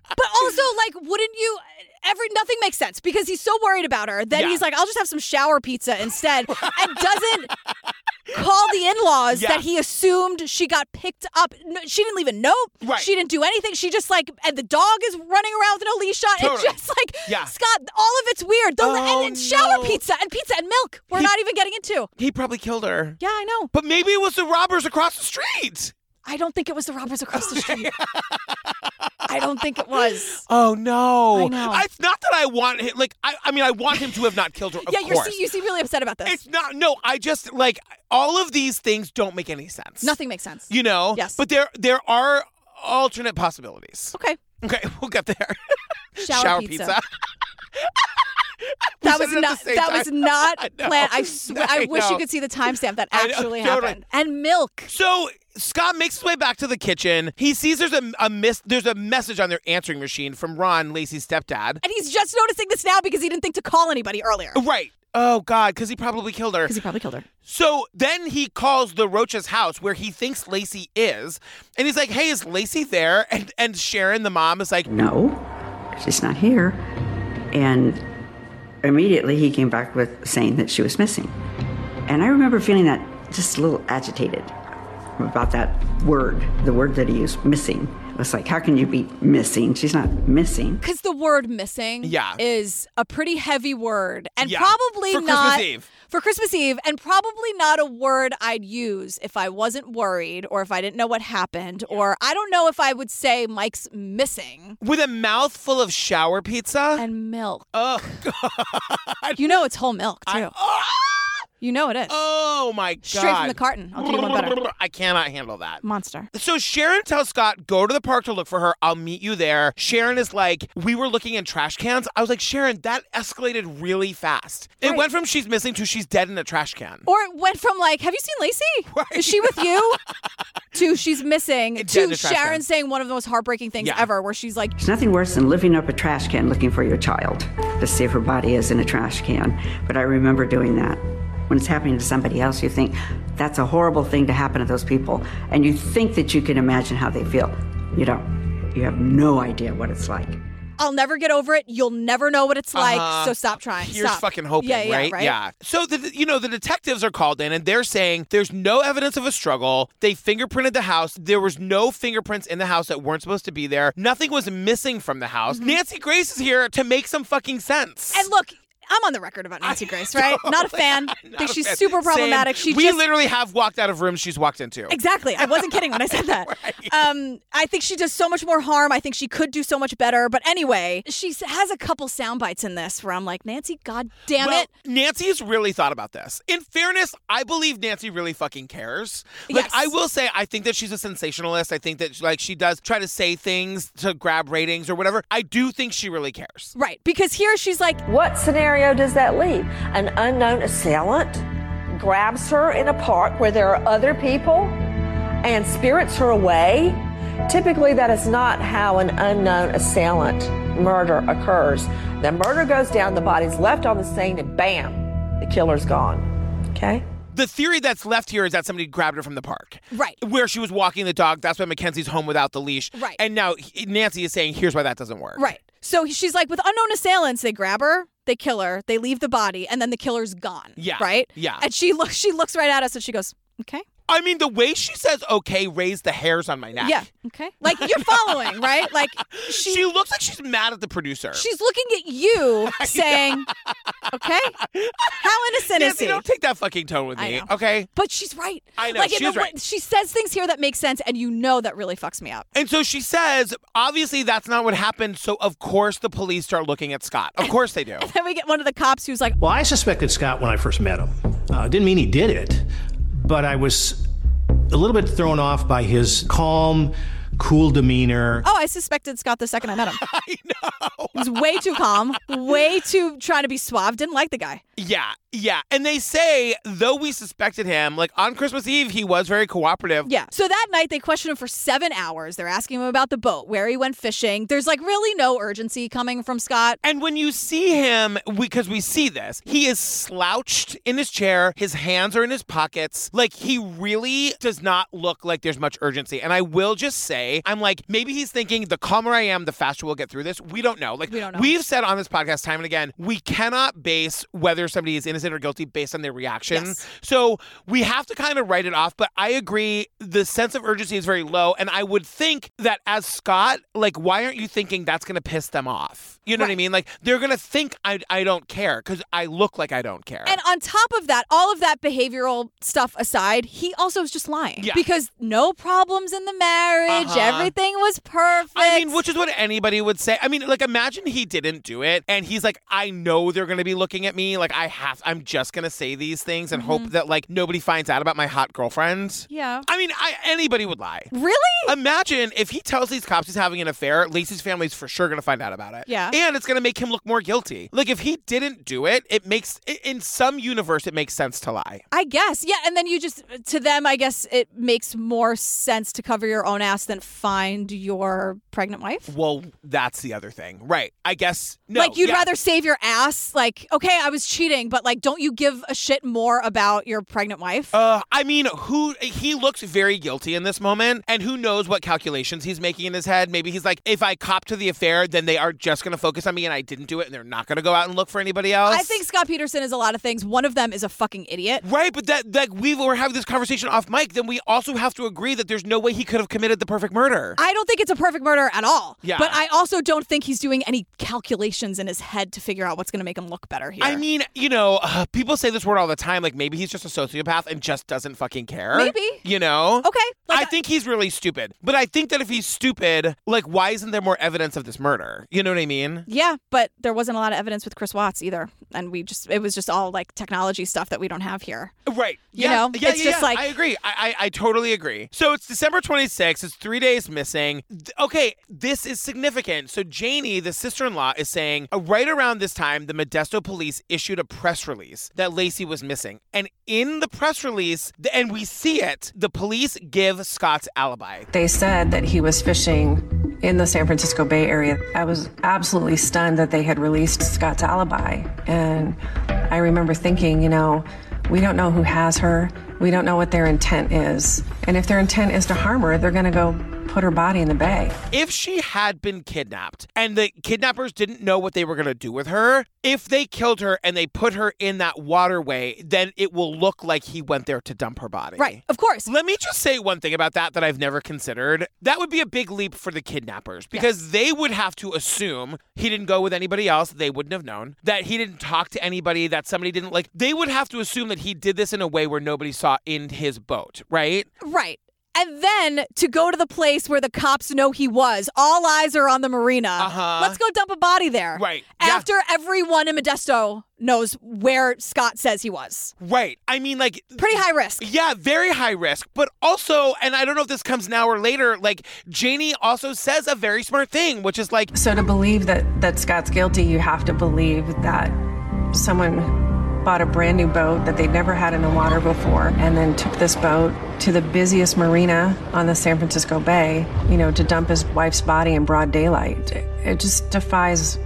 Speaker 2: but also like wouldn't you every nothing makes sense because he's so worried about her that
Speaker 1: Yeah.
Speaker 2: he's like I'll just have some shower pizza instead and doesn't call the in-laws
Speaker 1: Yeah.
Speaker 2: that he assumed she got picked up No, she didn't leave a note
Speaker 1: Right.
Speaker 2: she didn't do anything she just like and the dog is running around with an Alicia it's
Speaker 1: Totally.
Speaker 2: just like
Speaker 1: Yeah.
Speaker 2: Scott all of it's weird the,
Speaker 1: Oh,
Speaker 2: and, and shower
Speaker 1: no.
Speaker 2: pizza and pizza and milk we're not even getting into
Speaker 1: He probably killed her.
Speaker 2: yeah I know
Speaker 1: But maybe it was the robbers across the street.
Speaker 2: I don't think it was the robbers across the street I don't think it was
Speaker 1: Oh no!
Speaker 2: I know.
Speaker 1: it's not that I want him. Like I, I mean, I want him to have not killed her. Of
Speaker 2: yeah, you're
Speaker 1: course.
Speaker 2: see, you seem really upset about this.
Speaker 1: it's not. No, I just like all of these things don't make any sense.
Speaker 2: Nothing makes sense.
Speaker 1: You know.
Speaker 2: Yes.
Speaker 1: But there, there are alternate possibilities.
Speaker 2: Okay.
Speaker 1: Okay, we'll get there.
Speaker 2: Shower,
Speaker 1: pizza.
Speaker 2: pizza.
Speaker 1: We
Speaker 2: That
Speaker 1: said
Speaker 2: was
Speaker 1: it at the
Speaker 2: not.
Speaker 1: same
Speaker 2: That
Speaker 1: time.
Speaker 2: was not
Speaker 1: I know.
Speaker 2: planned. I, swear. I,
Speaker 1: I
Speaker 2: wish
Speaker 1: know.
Speaker 2: you could see the timestamp that
Speaker 1: I know,
Speaker 2: actually
Speaker 1: totally.
Speaker 2: happened. And milk.
Speaker 1: So Scott makes his way back to the kitchen. He sees there's a, a miss. There's a message on their answering machine from Ron, Lacey's stepdad.
Speaker 2: And he's just noticing this now because he didn't think to call anybody earlier.
Speaker 1: Right. Oh God, because he probably killed her. Because
Speaker 2: he probably killed her.
Speaker 1: So then he calls the Roach's house where he thinks Lacey is, and he's like, "Hey, is Lacey there?" And and Sharon, the mom, is like,
Speaker 16: No, Oh, she's not here. And immediately he came back with saying that she was missing. And I remember feeling that just a little agitated about that word, the word that he used, missing. It was like, how can you be missing? She's not missing.
Speaker 2: Because the word missing
Speaker 16: Yeah.
Speaker 2: is a pretty heavy word and
Speaker 16: Yeah.
Speaker 2: probably
Speaker 16: For Christmas
Speaker 2: not
Speaker 16: Eve.
Speaker 2: for Christmas Eve and probably not a word I'd use if I wasn't worried or if I didn't know what happened or I don't know if I would say Mike's missing
Speaker 1: "With a mouthful of shower pizza
Speaker 2: and milk.
Speaker 1: Oh,
Speaker 2: you know it's whole milk too. you know it is.
Speaker 1: Ah! Oh my god!
Speaker 2: Straight from the carton. I'll give you one better.
Speaker 1: I cannot handle that.
Speaker 2: Monster.
Speaker 1: So Sharon tells Scott, go to the park to look for her. I'll meet you there. Sharon is like, we were looking in trash cans. I was like, Sharon, that escalated really fast. It went from she's missing to she's dead in a trash can.
Speaker 2: Or it went from like, have you seen Lacey? Is she with you? to she's missing.
Speaker 16: It's dead in
Speaker 2: to
Speaker 16: the trash
Speaker 2: Sharon
Speaker 16: can.
Speaker 2: saying one of the most heartbreaking things
Speaker 16: Yeah.
Speaker 2: ever, where she's like,
Speaker 16: There's nothing worse than lifting up a trash can looking for your child to see if her body is in a trash can. But I remember doing that. When it's happening to somebody else, you think that's a horrible thing to happen to those people. And you think that you can imagine how they feel. You don't. You have no idea what it's like.
Speaker 2: I'll never get over it. You'll never know what it's like.
Speaker 1: Uh-huh.
Speaker 2: So stop trying.
Speaker 1: Here's
Speaker 2: stop.
Speaker 1: fucking hoping,
Speaker 2: yeah, yeah,
Speaker 1: right? Yeah. So the you know the detectives are called in and they're saying there's no evidence of a struggle. They fingerprinted the house. There was no fingerprints in the house that weren't supposed to be there. Nothing was missing from the house.
Speaker 2: Mm-hmm.
Speaker 1: Nancy Grace is here to make some fucking sense.
Speaker 2: And look, I'm on the record about Nancy Grace, right? Not a fan. think she's super problematic. She
Speaker 1: Same. we
Speaker 2: just
Speaker 1: literally have walked out of rooms she's walked into.
Speaker 2: Exactly. I wasn't kidding when I said that. Um, I think she does so much more harm. I think she could do so much better. But anyway, she s- has a couple sound bites in this where I'm like, Nancy, god damn
Speaker 1: well,
Speaker 2: it.
Speaker 1: Nancy's really thought about this. In fairness, I believe Nancy really fucking cares. Like, I will say, I think that she's a sensationalist. I think that, like, she does try to say things to grab ratings or whatever. I do think she really cares.
Speaker 2: Right. Because here she's like,
Speaker 9: What scenario does that leave? An unknown assailant grabs her in a park where there are other people and spirits her away. Typically, that is not how an unknown assailant murder occurs. The murder goes down, the body's left on the scene, and bam, the killer's gone. Okay?
Speaker 1: The theory that's left here is that somebody grabbed her from the park.
Speaker 2: Right.
Speaker 1: Where she was walking the dog. That's why Mackenzie's home without the leash.
Speaker 2: Right.
Speaker 1: And now he- Nancy is saying, here's why that doesn't work.
Speaker 2: Right. So she's like, with unknown assailants, they grab her, they kill her, they leave the body, and then the killer's gone.
Speaker 1: Yeah.
Speaker 2: Right?
Speaker 1: Yeah.
Speaker 2: And she looks she looks right at us and she goes, Okay.
Speaker 1: I mean, the way she says okay raised the hairs on my neck.
Speaker 2: Yeah. Okay. Like you're following, right? Like she,
Speaker 1: looks like she's mad at the producer.
Speaker 2: she's looking at you saying, Okay. How innocent is
Speaker 1: Nancy,
Speaker 2: he?
Speaker 1: don't take that fucking tone with
Speaker 2: I
Speaker 1: me,
Speaker 2: know.
Speaker 1: okay?
Speaker 2: But she's right.
Speaker 1: I know,
Speaker 2: Like in
Speaker 1: she's
Speaker 2: the way-
Speaker 1: right.
Speaker 2: she says things here that make sense, and you know that really fucks me up.
Speaker 1: And so she says, obviously that's not what happened. So of course the police start looking at Scott. Of course they do.
Speaker 2: Then we get one of the cops who's like,
Speaker 13: Well, I suspected Scott when I first met him. Uh, didn't mean he did it, but I was a little bit thrown off by his calm, cool demeanor.
Speaker 2: Oh, I suspected Scott the second I met him. I know. He's way too calm, way too trying to be suave. Didn't like the guy.
Speaker 1: Yeah, yeah. And they say, though we suspected him, like on Christmas Eve, he was very cooperative.
Speaker 2: Yeah. So that night they question him for seven hours. They're asking him about the boat, where he went fishing. There's like really no urgency coming from Scott.
Speaker 1: And when you see him, because we, see this, he is slouched in his chair. His hands are in his pockets. Like, he really does not look like there's much urgency. And I will just say, I'm like, maybe he's thinking, the calmer I am, the faster we'll get through this. We don't know. Like, we don't know. We've said on this podcast time and again, we cannot base whether somebody is innocent or guilty based on their reaction.
Speaker 18: Yes.
Speaker 1: So we have to kind of write it off, but I agree the sense of urgency is very low. And I would think that as Scott, like, why aren't you thinking that's going to piss them off? You know what I mean? Like, they're going to think I, I don't care because I look like I don't care.
Speaker 2: And on top of that, all of that behavioral stuff aside, he also was just lying.
Speaker 1: Yeah.
Speaker 2: Because no problems in the marriage,
Speaker 1: Uh-huh.
Speaker 2: everything was perfect.
Speaker 1: I mean, which is what anybody would say. I mean, like, imagine he didn't do it and he's like, I know they're going to be looking at me. Like, I have, I'm just going to say these things and hope
Speaker 2: Mhm.
Speaker 1: that, like, nobody finds out about my hot girlfriend.
Speaker 2: Yeah.
Speaker 1: I mean, I, anybody would lie.
Speaker 2: Really?
Speaker 1: Imagine if he tells these cops he's having an affair, Lacey's family's for sure going to find out about it.
Speaker 2: Yeah.
Speaker 1: And it's going to make him look more guilty. Like, if he didn't do it, it makes, i- in some universe, it makes sense to lie.
Speaker 2: I guess. Yeah. And then you just, to them, I guess it makes more sense to cover your own ass than find your pregnant wife.
Speaker 1: Well, that's the other thing. Right. I guess, no.
Speaker 2: like, you'd
Speaker 1: yeah.
Speaker 2: rather save your ass. Like, okay, I was cheating, but like, don't you give a shit more about your pregnant wife?
Speaker 1: Uh, I mean, who he looks very guilty in this moment, and who knows what calculations he's making in his head. Maybe he's like, if I cop to the affair, then they are just going to focus on me, and I didn't do it, and they're not going to go out and look for anybody else.
Speaker 2: I think Scott Peterson is a lot of things. One of them is a fucking idiot.
Speaker 1: Right, but that that we were having this conversation off mic, then we also have to agree that there's no way he could have committed the perfect murder.
Speaker 2: I don't think it's a perfect murder at all.
Speaker 1: Yeah.
Speaker 2: But I also don't think he's doing any calculations in his head to figure out what's going to make him look better here.
Speaker 1: I mean, you know, uh, people say this word all the time. Like maybe he's just a sociopath and just doesn't fucking care.
Speaker 2: Maybe.
Speaker 1: You know?
Speaker 2: Okay.
Speaker 1: I think he's really stupid. But I think that if he's stupid, like, why isn't there more evidence of this murder? You know what I mean?
Speaker 2: yeah, but there wasn't a lot of evidence with Chris Watts either, and we just—it was just all like technology stuff that we don't have here.
Speaker 1: Right.
Speaker 2: You
Speaker 1: yeah.
Speaker 2: know?
Speaker 1: Yeah,
Speaker 2: It's
Speaker 1: yeah,
Speaker 2: just
Speaker 1: yeah.
Speaker 2: like-
Speaker 1: I agree. I, I I totally agree. So it's December 26th. It's three days missing. Th- Okay, this is significant. So Janie, the sister-in-law, is saying uh, right around this time, the Modesto police issued a press release that Lacey was missing, and in the press release, th- and we see it, the police give Scott's alibi.
Speaker 4: They said that he was fishing in the San Francisco Bay Area. I was absolutely stunned that they had released Scott's alibi. And I remember thinking, you know, we don't know who has her. We don't know what their intent is. And if their intent is to harm her, they're going to go put her body in the bag.
Speaker 1: If she had been kidnapped and the kidnappers didn't know what they were going to do with her, if they killed her and they put her in that waterway, then it will look like he went there to dump her body.
Speaker 2: Right, of course.
Speaker 1: Let me just say one thing about that that I've never considered. That would be a big leap for the kidnappers because they would have to assume he didn't go with anybody else. They wouldn't have known that he didn't talk to anybody, that somebody didn't like. They would have to assume that he did this in a way where nobody saw in his boat, right?
Speaker 2: Right. And then to go to the place where the cops know he was, all eyes are on the marina.
Speaker 1: Uh-huh.
Speaker 2: Let's go dump a body there.
Speaker 1: Right.
Speaker 2: After everyone in Modesto knows where Scott says he was.
Speaker 1: Right. I mean, like,
Speaker 2: pretty high risk.
Speaker 1: Yeah, very high risk. But also, and I don't know if this comes now or later, like, Janie also says a very smart thing, which is like,
Speaker 4: So to believe that that Scott's guilty, you have to believe that someone bought a brand new boat that they'd never had in the water before and then took this boat to the busiest marina on the San Francisco Bay, you know, to dump his wife's body in broad daylight. It, it just defies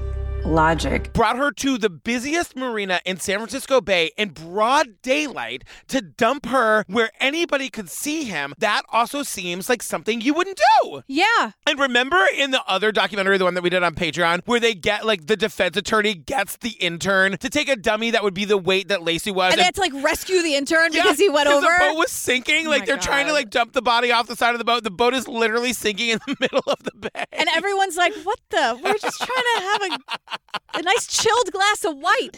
Speaker 4: logic.
Speaker 1: brought her to the busiest marina in San Francisco Bay in broad daylight to dump her where anybody could see him. That also seems like something you wouldn't do.
Speaker 2: Yeah.
Speaker 1: And remember in the other documentary, the one that we did on Patreon, where they get like the defense attorney gets the intern to take a dummy that would be the weight that Lacey was.
Speaker 2: And they had to like rescue the intern because he went
Speaker 1: because
Speaker 2: over.
Speaker 1: The boat was sinking.
Speaker 2: Oh
Speaker 1: like
Speaker 2: my
Speaker 1: they're trying to
Speaker 2: God.
Speaker 1: like dump the body off the side of the boat. The boat is literally sinking in the middle of the bay.
Speaker 2: and everyone's like, "What the? We're just trying to have a a nice chilled glass of white.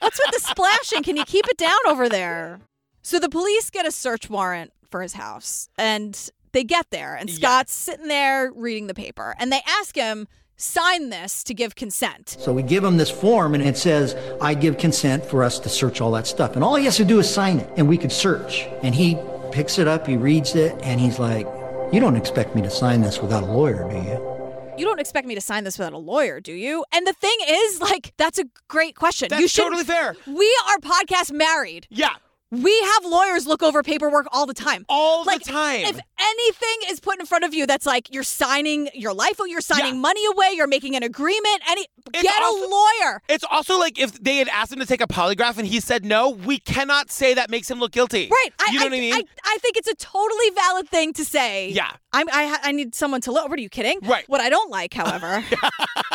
Speaker 2: What's with the splashing? Can you keep it down over there?" So the police get a search warrant for his house, and they get there, and Scott's sitting there reading the paper, and they ask him, "Sign this to give consent."
Speaker 17: So we give him this form and it says, I give consent for us to search all that stuff. And all he has to do is sign it and we could search. And he picks it up, he reads it, and he's like, You don't expect me to sign this without a lawyer, do you?
Speaker 2: You don't expect me to sign this without a lawyer, do you? And the thing is, like, that's a great question.
Speaker 1: That's
Speaker 2: you should,
Speaker 1: totally fair.
Speaker 2: We are podcast married.
Speaker 1: Yeah.
Speaker 2: We have lawyers look over paperwork all the time.
Speaker 1: All
Speaker 2: like,
Speaker 1: the time.
Speaker 2: If anything is put in front of you that's like you're signing your life, you're signing money away, you're making an agreement, any get a lawyer.
Speaker 1: It's also like if they had asked him to take a polygraph and he said no, we cannot say that makes him look guilty.
Speaker 2: Right. I,
Speaker 1: you know
Speaker 2: I,
Speaker 1: what I mean?
Speaker 2: I, I think it's a totally valid thing to say.
Speaker 1: Yeah.
Speaker 2: I'm, I, ha- I need someone to look over. Are you kidding? Right. What I don't like, however,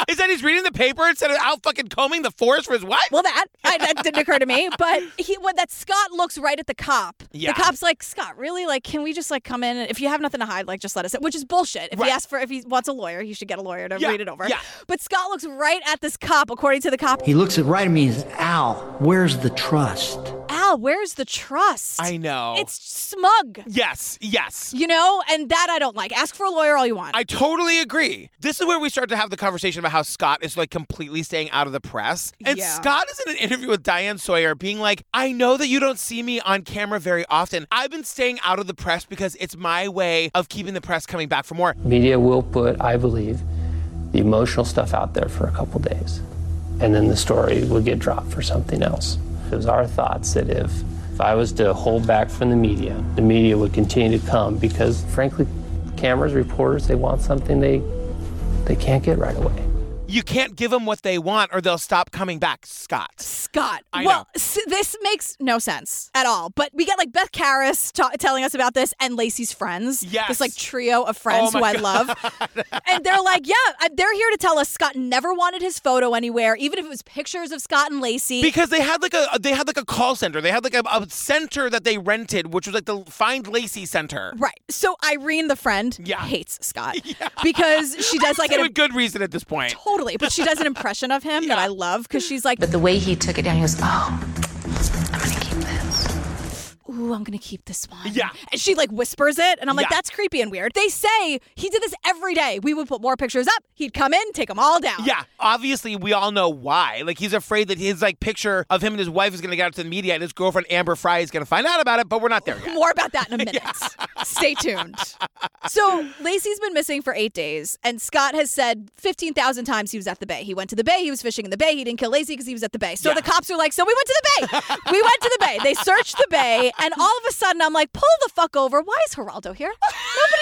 Speaker 1: Is that he's reading the paper instead of out fucking combing the forest for his wife?
Speaker 2: Well, that I, that didn't occur to me, but he when that Scott looks right at the cop.
Speaker 1: Yeah.
Speaker 2: The cop's like, Scott, really? Like, can we just like come in? and If you have nothing to hide, like, just let us in. Which is bullshit. If
Speaker 1: Right.
Speaker 2: he asks for, if he wants a lawyer, he should get a lawyer to
Speaker 17: Yeah,
Speaker 2: read it over.
Speaker 17: yeah.
Speaker 2: But Scott looks right at this cop, according to the cop.
Speaker 17: He looks at right at me and says, Al, where's the trust?
Speaker 2: Al, where's the trust?
Speaker 1: I know.
Speaker 2: It's smug.
Speaker 1: Yes, yes.
Speaker 2: You know, and that I don't like. Ask for a lawyer all you want.
Speaker 1: I totally agree. This is where we start to have the conversation about how Scott is like completely staying out of the press. And
Speaker 2: Yeah.
Speaker 1: Scott is in an interview with Diane Sawyer being like, I know that you don't see me on camera very often. I've been staying out of the press because it's my way of keeping the press coming back for more.
Speaker 18: Media will put, I believe, the emotional stuff out there for a couple days. And then the story will get dropped for something else. It was our thoughts that if, if I was to hold back from the media, the media would continue to come because, frankly, cameras, reporters, they want something they, they can't get right away.
Speaker 1: You can't give them what they want or they'll stop coming back, Scott.
Speaker 2: Scott.
Speaker 1: I
Speaker 2: well,
Speaker 1: know.
Speaker 2: s- this makes no sense at all. But we get like Beth Karras ta- telling us about this and Lacey's friends.
Speaker 1: Yes.
Speaker 2: This like trio of friends
Speaker 1: Oh
Speaker 2: who
Speaker 1: my
Speaker 2: I love. and they're like, yeah, I- they're here to tell us Scott never wanted his photo anywhere, even if it was pictures of Scott and Lacey.
Speaker 1: Because they had like a they had like a call center. They had like a, a center that they rented, which was like the Find Lacey Center.
Speaker 2: Right. So Irene, the friend, hates Scott because she does like
Speaker 1: Say
Speaker 2: an
Speaker 1: with good reason at this point.
Speaker 2: totally, but she does an impression of him that I love because she's like,
Speaker 10: But the way he took it down, he goes, oh,
Speaker 2: ooh, I'm gonna keep this one. Yeah. And she like whispers it, and I'm like,
Speaker 10: Yeah.
Speaker 2: that's creepy and weird. They say he did this every day. We would put more pictures up. He'd come in, take them all down.
Speaker 1: Yeah, obviously we all know why. Like he's afraid that his like picture of him and his wife is going to get out to the media, and his girlfriend Amber Fry is going to find out about it. But we're not there yet.
Speaker 2: More about that in a minute. Stay tuned. So Lacey's been missing for eight days, and Scott has said 15,000 times he was at the bay. He went to the bay, he was fishing in the bay, he didn't kill Lacey because he was at the bay. So
Speaker 10: Yeah.
Speaker 2: the cops are like, So we went to the bay. we went to the bay. They searched the bay, and all of a sudden I'm like, Pull the fuck over. Why is Geraldo here?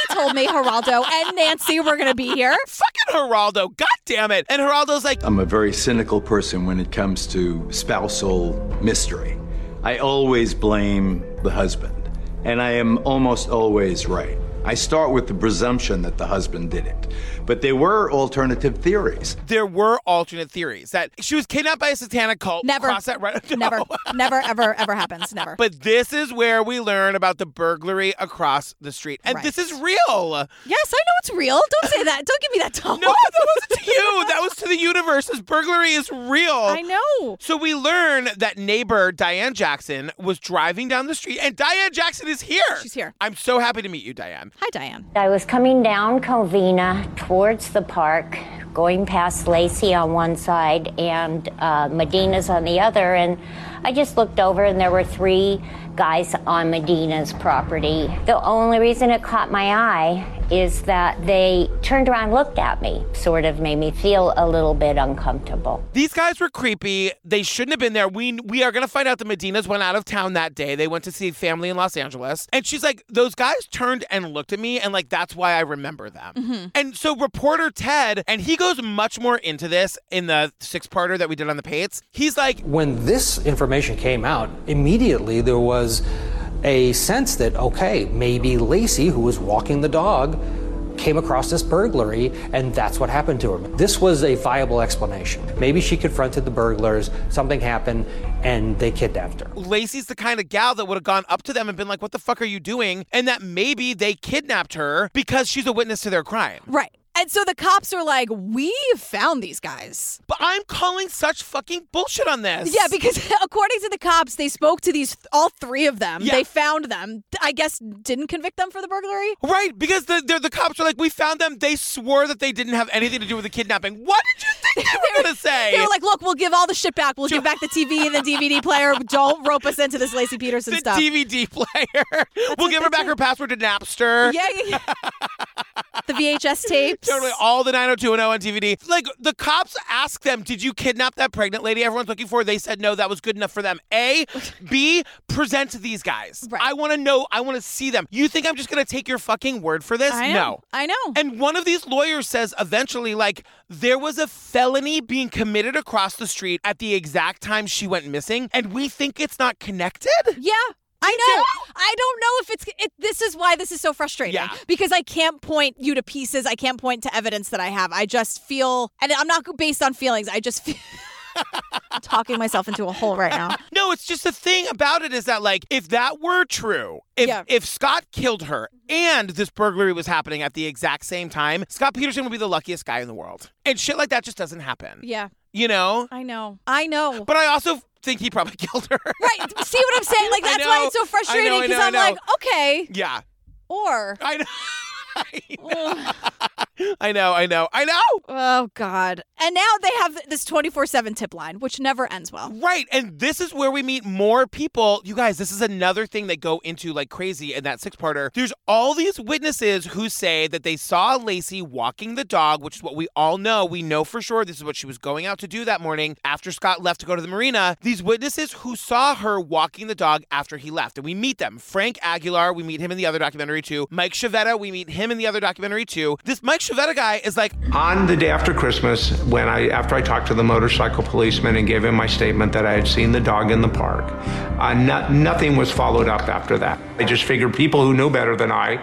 Speaker 2: Nobody told me Geraldo and Nancy were going to be here.
Speaker 1: Fucking Geraldo, god damn it! And Geraldo's like,
Speaker 19: I'm a very cynical person when it comes to spousal mystery. I always blame the husband, and I am almost always right. I start with the presumption that the husband did it. But there were alternative theories.
Speaker 1: There were alternate theories that she was kidnapped by a satanic cult. Never. Cross that right.
Speaker 2: Never. Never, ever, ever happens. Never.
Speaker 1: But this is where we learn about the burglary across the street. And
Speaker 2: Right.
Speaker 1: this is real.
Speaker 2: Yes, I know it's real. Don't say that. Don't give me that tone.
Speaker 1: No, that wasn't to you. That was to the universe. This burglary is real. I
Speaker 2: know.
Speaker 1: So we learn that neighbor Diane Jackson was driving down the street, and Diane Jackson is here. She's
Speaker 2: here.
Speaker 1: I'm so happy to meet you, Diane.
Speaker 2: Hi, Diane.
Speaker 20: I was coming down Covina towards the park, going past Lacey on one side and uh, Medina's on the other, and I just looked over and there were three guys on Medina's property. The only reason it caught my eye is that they turned around, and looked at me, sort of made me feel a little bit uncomfortable.
Speaker 1: These guys were creepy. They shouldn't have been there. We we are gonna find out the Medinas went out of town that day. They went to see family in Los Angeles, and she's like, "Those guys turned and looked at me, and like that's why I remember them." And so reporter Ted, and he goes much more into this in the six-parter that we did on the Pates. He's like,
Speaker 8: When this information came out, immediately there was a sense that, okay, maybe Lacey, who was walking the dog, came across this burglary and that's what happened to her. This was a viable explanation. Maybe she confronted the burglars, something happened, and they kidnapped her.
Speaker 1: Lacey's the kind of gal that would have gone up to them and been like, What the fuck are you doing? And that maybe they kidnapped her because she's a witness to their crime.
Speaker 2: Right. And so the cops are like, we found these guys.
Speaker 1: But I'm calling such fucking bullshit on this.
Speaker 2: Yeah, because according to the cops, they spoke to these all three of them.
Speaker 1: Yeah.
Speaker 2: They found them. I guess didn't convict them for the burglary.
Speaker 1: Right, because the, the the cops were like, we found them. They swore that they didn't have anything to do with the kidnapping. What did you think they were gonna say?
Speaker 2: They were like, "Look, we'll give all the shit back. We'll give back the TV and the DVD player. Don't rope us into this Lacey Peterson stuff."
Speaker 1: DVD player. we'll give her back her password to Napster.
Speaker 2: Yeah, yeah, yeah. the VHS tapes.
Speaker 1: Totally, all the 90210 on DVD. Like the cops asked them, "Did you kidnap that pregnant lady everyone's looking for?" They said no. That was good enough for them. A, B, present these guys. I want to know. I want to see them. You think I'm just gonna take your fucking word for this?
Speaker 2: I know,
Speaker 1: no,
Speaker 2: I know.
Speaker 1: And one of these lawyers says eventually, like there was a felony being committed across the street at the exact time she went missing, and we think it's not connected.
Speaker 2: Yeah. I know. I don't know if it's. It, this is why this is so frustrating.
Speaker 1: Yeah.
Speaker 2: Because I can't point you to pieces. I can't point to evidence that I have. I just feel, and I'm not based on feelings. I just feel. I'm talking myself into a hole right now.
Speaker 1: No, it's just the thing about it is that like if that were true, if if Scott killed her
Speaker 2: Mm-hmm.
Speaker 1: and this burglary was happening at the exact same time, Scott Peterson would be the luckiest guy in the world. And shit like that just doesn't happen.
Speaker 2: Yeah.
Speaker 1: You know?
Speaker 2: I know. I know.
Speaker 1: But I also think he probably killed her.
Speaker 2: Right. See what I'm saying? Like
Speaker 1: I
Speaker 2: that's why
Speaker 1: know,
Speaker 2: it's so
Speaker 1: I know,
Speaker 2: frustrating
Speaker 1: I
Speaker 2: because
Speaker 1: know, I
Speaker 2: I'm
Speaker 1: know.
Speaker 2: like, okay,
Speaker 1: yeah.
Speaker 2: or
Speaker 1: I know. I know, I know, I know.
Speaker 2: Oh God! And now they have this 24/7 tip line, which never ends well.
Speaker 1: Right. And this is where we meet more people. You guys, this is another thing they go into like crazy in that six parter. There's all these witnesses who say that they saw Lacey walking the dog, which is what we all know. We know for sure this is what she was going out to do that morning after Scott left to go to the marina. These witnesses who saw her walking the dog after he left. And we meet them. Frank Aguilar, we meet him in the other documentary too. Mike Shavetta, we meet him in the other documentary too. This Mike Shavetta guy is like,
Speaker 21: On the day after Christmas, when I after I talked to the motorcycle policeman and gave him my statement that I had seen the dog in the park, uh, no, nothing was followed up after that. I just figured people who knew better than I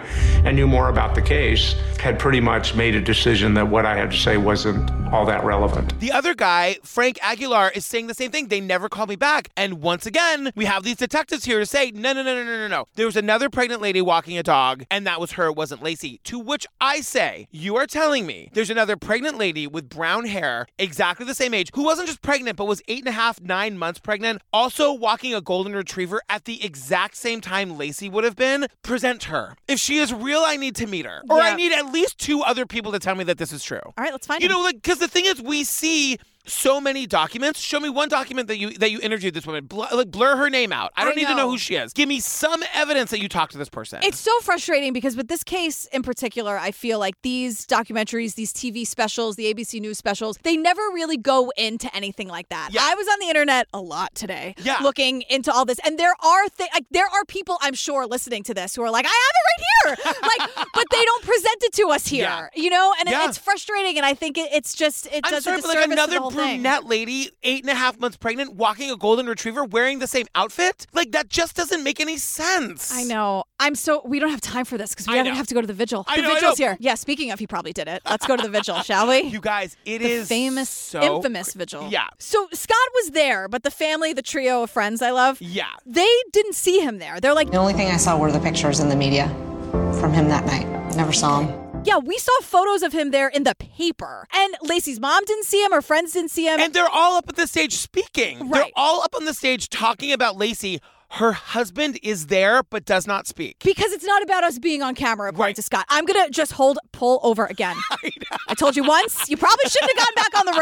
Speaker 21: and knew more about the case had pretty much made a decision that what I had to say wasn't all that relevant.
Speaker 1: The other guy, Frank Aguilar, is saying the same thing. They never called me back. And once again, we have these detectives here to say, no, no, no, no, no, no, no. There was another pregnant lady walking a dog, and that was her. It wasn't Lacey. To which I say, you are telling me there's another pregnant lady with brown hair, exactly the same age, who wasn't just pregnant, but was eight and a half, nine months pregnant, also walking a golden retriever at the exact same time Lacey would have been. Present her. If she is real, I need to meet her. Or I
Speaker 2: Yeah.
Speaker 1: need at least two other people to tell me that this is true.
Speaker 2: All right, let's find
Speaker 1: You
Speaker 2: him.
Speaker 1: know, like because the thing is, we see so many documents. Show me one document that you that you interviewed this woman. Bl- like blur her name out. I don't need to know who she is. Give me some evidence that you talked to this person.
Speaker 2: It's so frustrating because with this case in particular, I feel like these documentaries, these TV specials, the ABC News specials, they never really go into anything like that. I was on the internet a lot today,
Speaker 22: Yeah.
Speaker 2: looking into all this, and there are thi- like there are people I'm sure listening to this who are like, I have it right here, like, but they don't present it to us here,
Speaker 1: Yeah.
Speaker 2: you know, and it-
Speaker 1: Yeah.
Speaker 2: it's frustrating, and I think it, it's just it
Speaker 1: I'm
Speaker 2: does
Speaker 1: sorry,
Speaker 2: a
Speaker 1: but like
Speaker 2: disservice to the
Speaker 1: another
Speaker 2: whole
Speaker 1: brunette lady, eight and a half months pregnant, walking a golden retriever wearing the same outfit? Like, that just doesn't make any sense.
Speaker 2: I know. I'm so we don't have time for this because we
Speaker 1: I
Speaker 2: gotta
Speaker 1: know.
Speaker 2: have to go to the vigil.
Speaker 1: I
Speaker 2: the
Speaker 1: know, I
Speaker 2: vigil's
Speaker 1: know.
Speaker 2: here. Yeah. Speaking of, he probably did it. Let's go to the vigil, shall we?
Speaker 1: You guys, it is
Speaker 2: the famous,
Speaker 1: so
Speaker 2: infamous vigil.
Speaker 1: Yeah.
Speaker 2: So Scott was there, but the family, the trio of friends I love,
Speaker 1: yeah,
Speaker 2: they didn't see him there. They're like,
Speaker 10: The only thing I saw were the pictures in the media from him that night. Never saw him.
Speaker 2: yeah, we saw photos of him there in the paper, and Lacey's mom didn't see him, her friends didn't see him.
Speaker 1: And they're all up at the stage speaking. They're all up on the stage talking about Lacey. Her husband is there but does not speak.
Speaker 2: because it's not about us being on camera, according to Scott. I'm gonna just hold pull over again. I, told you once, you probably shouldn't have gotten back on the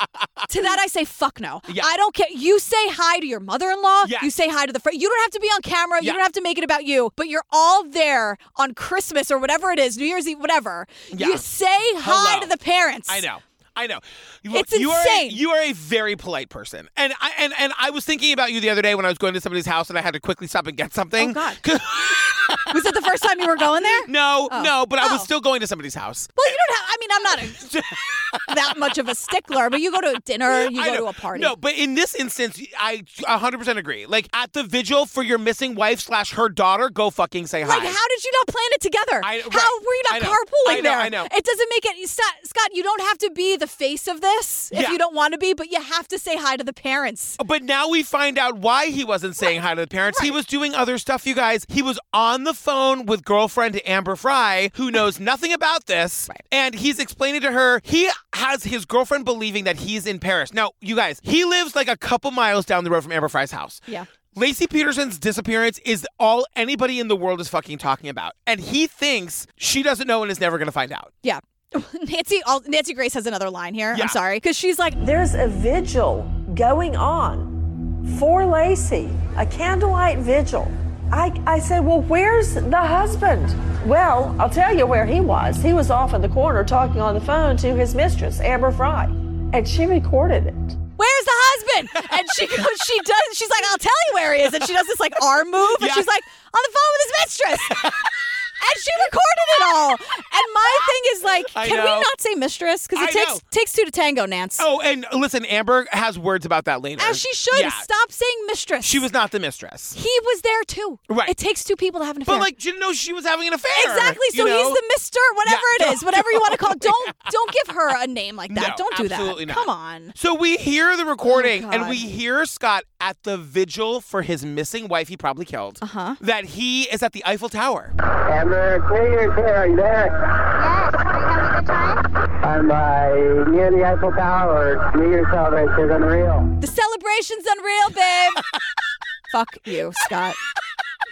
Speaker 2: road. to that I say, fuck no. I don't care. You say hi to your mother-in-law. You say hi to the friend. You don't have to be on camera.
Speaker 1: Yeah.
Speaker 2: You don't have to make it about you. But you're all there on Christmas or whatever it is, New Year's Eve, whatever.
Speaker 1: Yeah.
Speaker 2: You say hi
Speaker 1: Hello.
Speaker 2: to the parents.
Speaker 1: I know. I know. You-
Speaker 2: It's
Speaker 1: you Are
Speaker 2: insane.
Speaker 1: a, you are a very polite person, and I and, and I was thinking about you the other day when I was going to somebody's house and I had to quickly stop and get something. Oh God!
Speaker 2: was it the first time you were going there?
Speaker 1: No,
Speaker 2: Oh.
Speaker 1: no, but I was
Speaker 2: Oh.
Speaker 1: still going to somebody's house.
Speaker 2: Well, you don't have. I mean, I'm not a, that much of a stickler, but you go to a dinner, you
Speaker 1: I
Speaker 2: go
Speaker 1: know.
Speaker 2: to a party.
Speaker 1: No, but in this instance, I 100% agree. Like at the vigil for your missing wife slash her daughter, go fucking say hi.
Speaker 2: Like, how did you not plan it together? how were you
Speaker 1: I
Speaker 2: not
Speaker 1: know.
Speaker 2: carpooling
Speaker 1: I know,
Speaker 2: there?
Speaker 1: I know.
Speaker 2: It doesn't make it. Scott, Scott, you don't have to be the face of this if
Speaker 1: Yeah.
Speaker 2: you don't want to be, but you have to say hi to the parents.
Speaker 1: But now we find out why he wasn't saying hi to the parents. He was doing other stuff, you guys. He was on the phone with girlfriend Amber Fry, who knows nothing about this. And he's explaining to her he has his girlfriend believing that he's in Paris. Now, you guys, he lives like a couple miles down the road from Amber Fry's house.
Speaker 2: Yeah.
Speaker 1: Lacey Peterson's disappearance is all anybody in the world is fucking talking about. And he thinks she doesn't know and is never going to find out.
Speaker 2: Yeah. Nancy, all, Nancy Grace has another line here.
Speaker 1: Yeah.
Speaker 2: I'm sorry, because she's like,
Speaker 9: there's a vigil going on for Lacey, a candlelight vigil. I, I said, Well, where's the husband? Well, I'll tell you where he was. He was off in the corner talking on the phone to his mistress, Amber Fry, and she recorded it.
Speaker 2: "Where's the husband?" And she goes, she does. She's like, "I'll tell you where he is." And she does this like arm move, and she's like on the phone with his mistress. And she recorded it all. And my thing is like,
Speaker 1: I
Speaker 2: can
Speaker 1: know.
Speaker 2: we not say mistress? Because it
Speaker 1: I
Speaker 2: takes
Speaker 1: know.
Speaker 2: takes two to tango, Nance.
Speaker 1: Oh, and listen, Amber has words about that later.
Speaker 2: As she should.
Speaker 1: Yeah.
Speaker 2: Stop saying mistress.
Speaker 1: She was not the mistress.
Speaker 2: He was there too.
Speaker 1: Right.
Speaker 2: It takes two people to have an affair.
Speaker 1: But like, you know, she was having an affair.
Speaker 2: exactly. So
Speaker 1: you know?
Speaker 2: he's the Mister, whatever
Speaker 1: Yeah,
Speaker 2: it is,
Speaker 1: don't-
Speaker 2: whatever you want to call. it. Don't don't give her a name like that.
Speaker 1: No,
Speaker 2: don't do
Speaker 1: absolutely
Speaker 2: that.
Speaker 1: not.
Speaker 2: Come on.
Speaker 1: So we hear the recording,
Speaker 2: Oh,
Speaker 1: and
Speaker 2: God.
Speaker 1: we hear Scott at the vigil for his missing wife he probably killed. Uh-huh. That he is at the Eiffel Tower.
Speaker 7: I'm uh, clear, clear. Are you there? I'm uh, near the Eiffel Tower. New Year's celebration is unreal.
Speaker 2: The celebration's unreal, babe. Fuck you, Scott.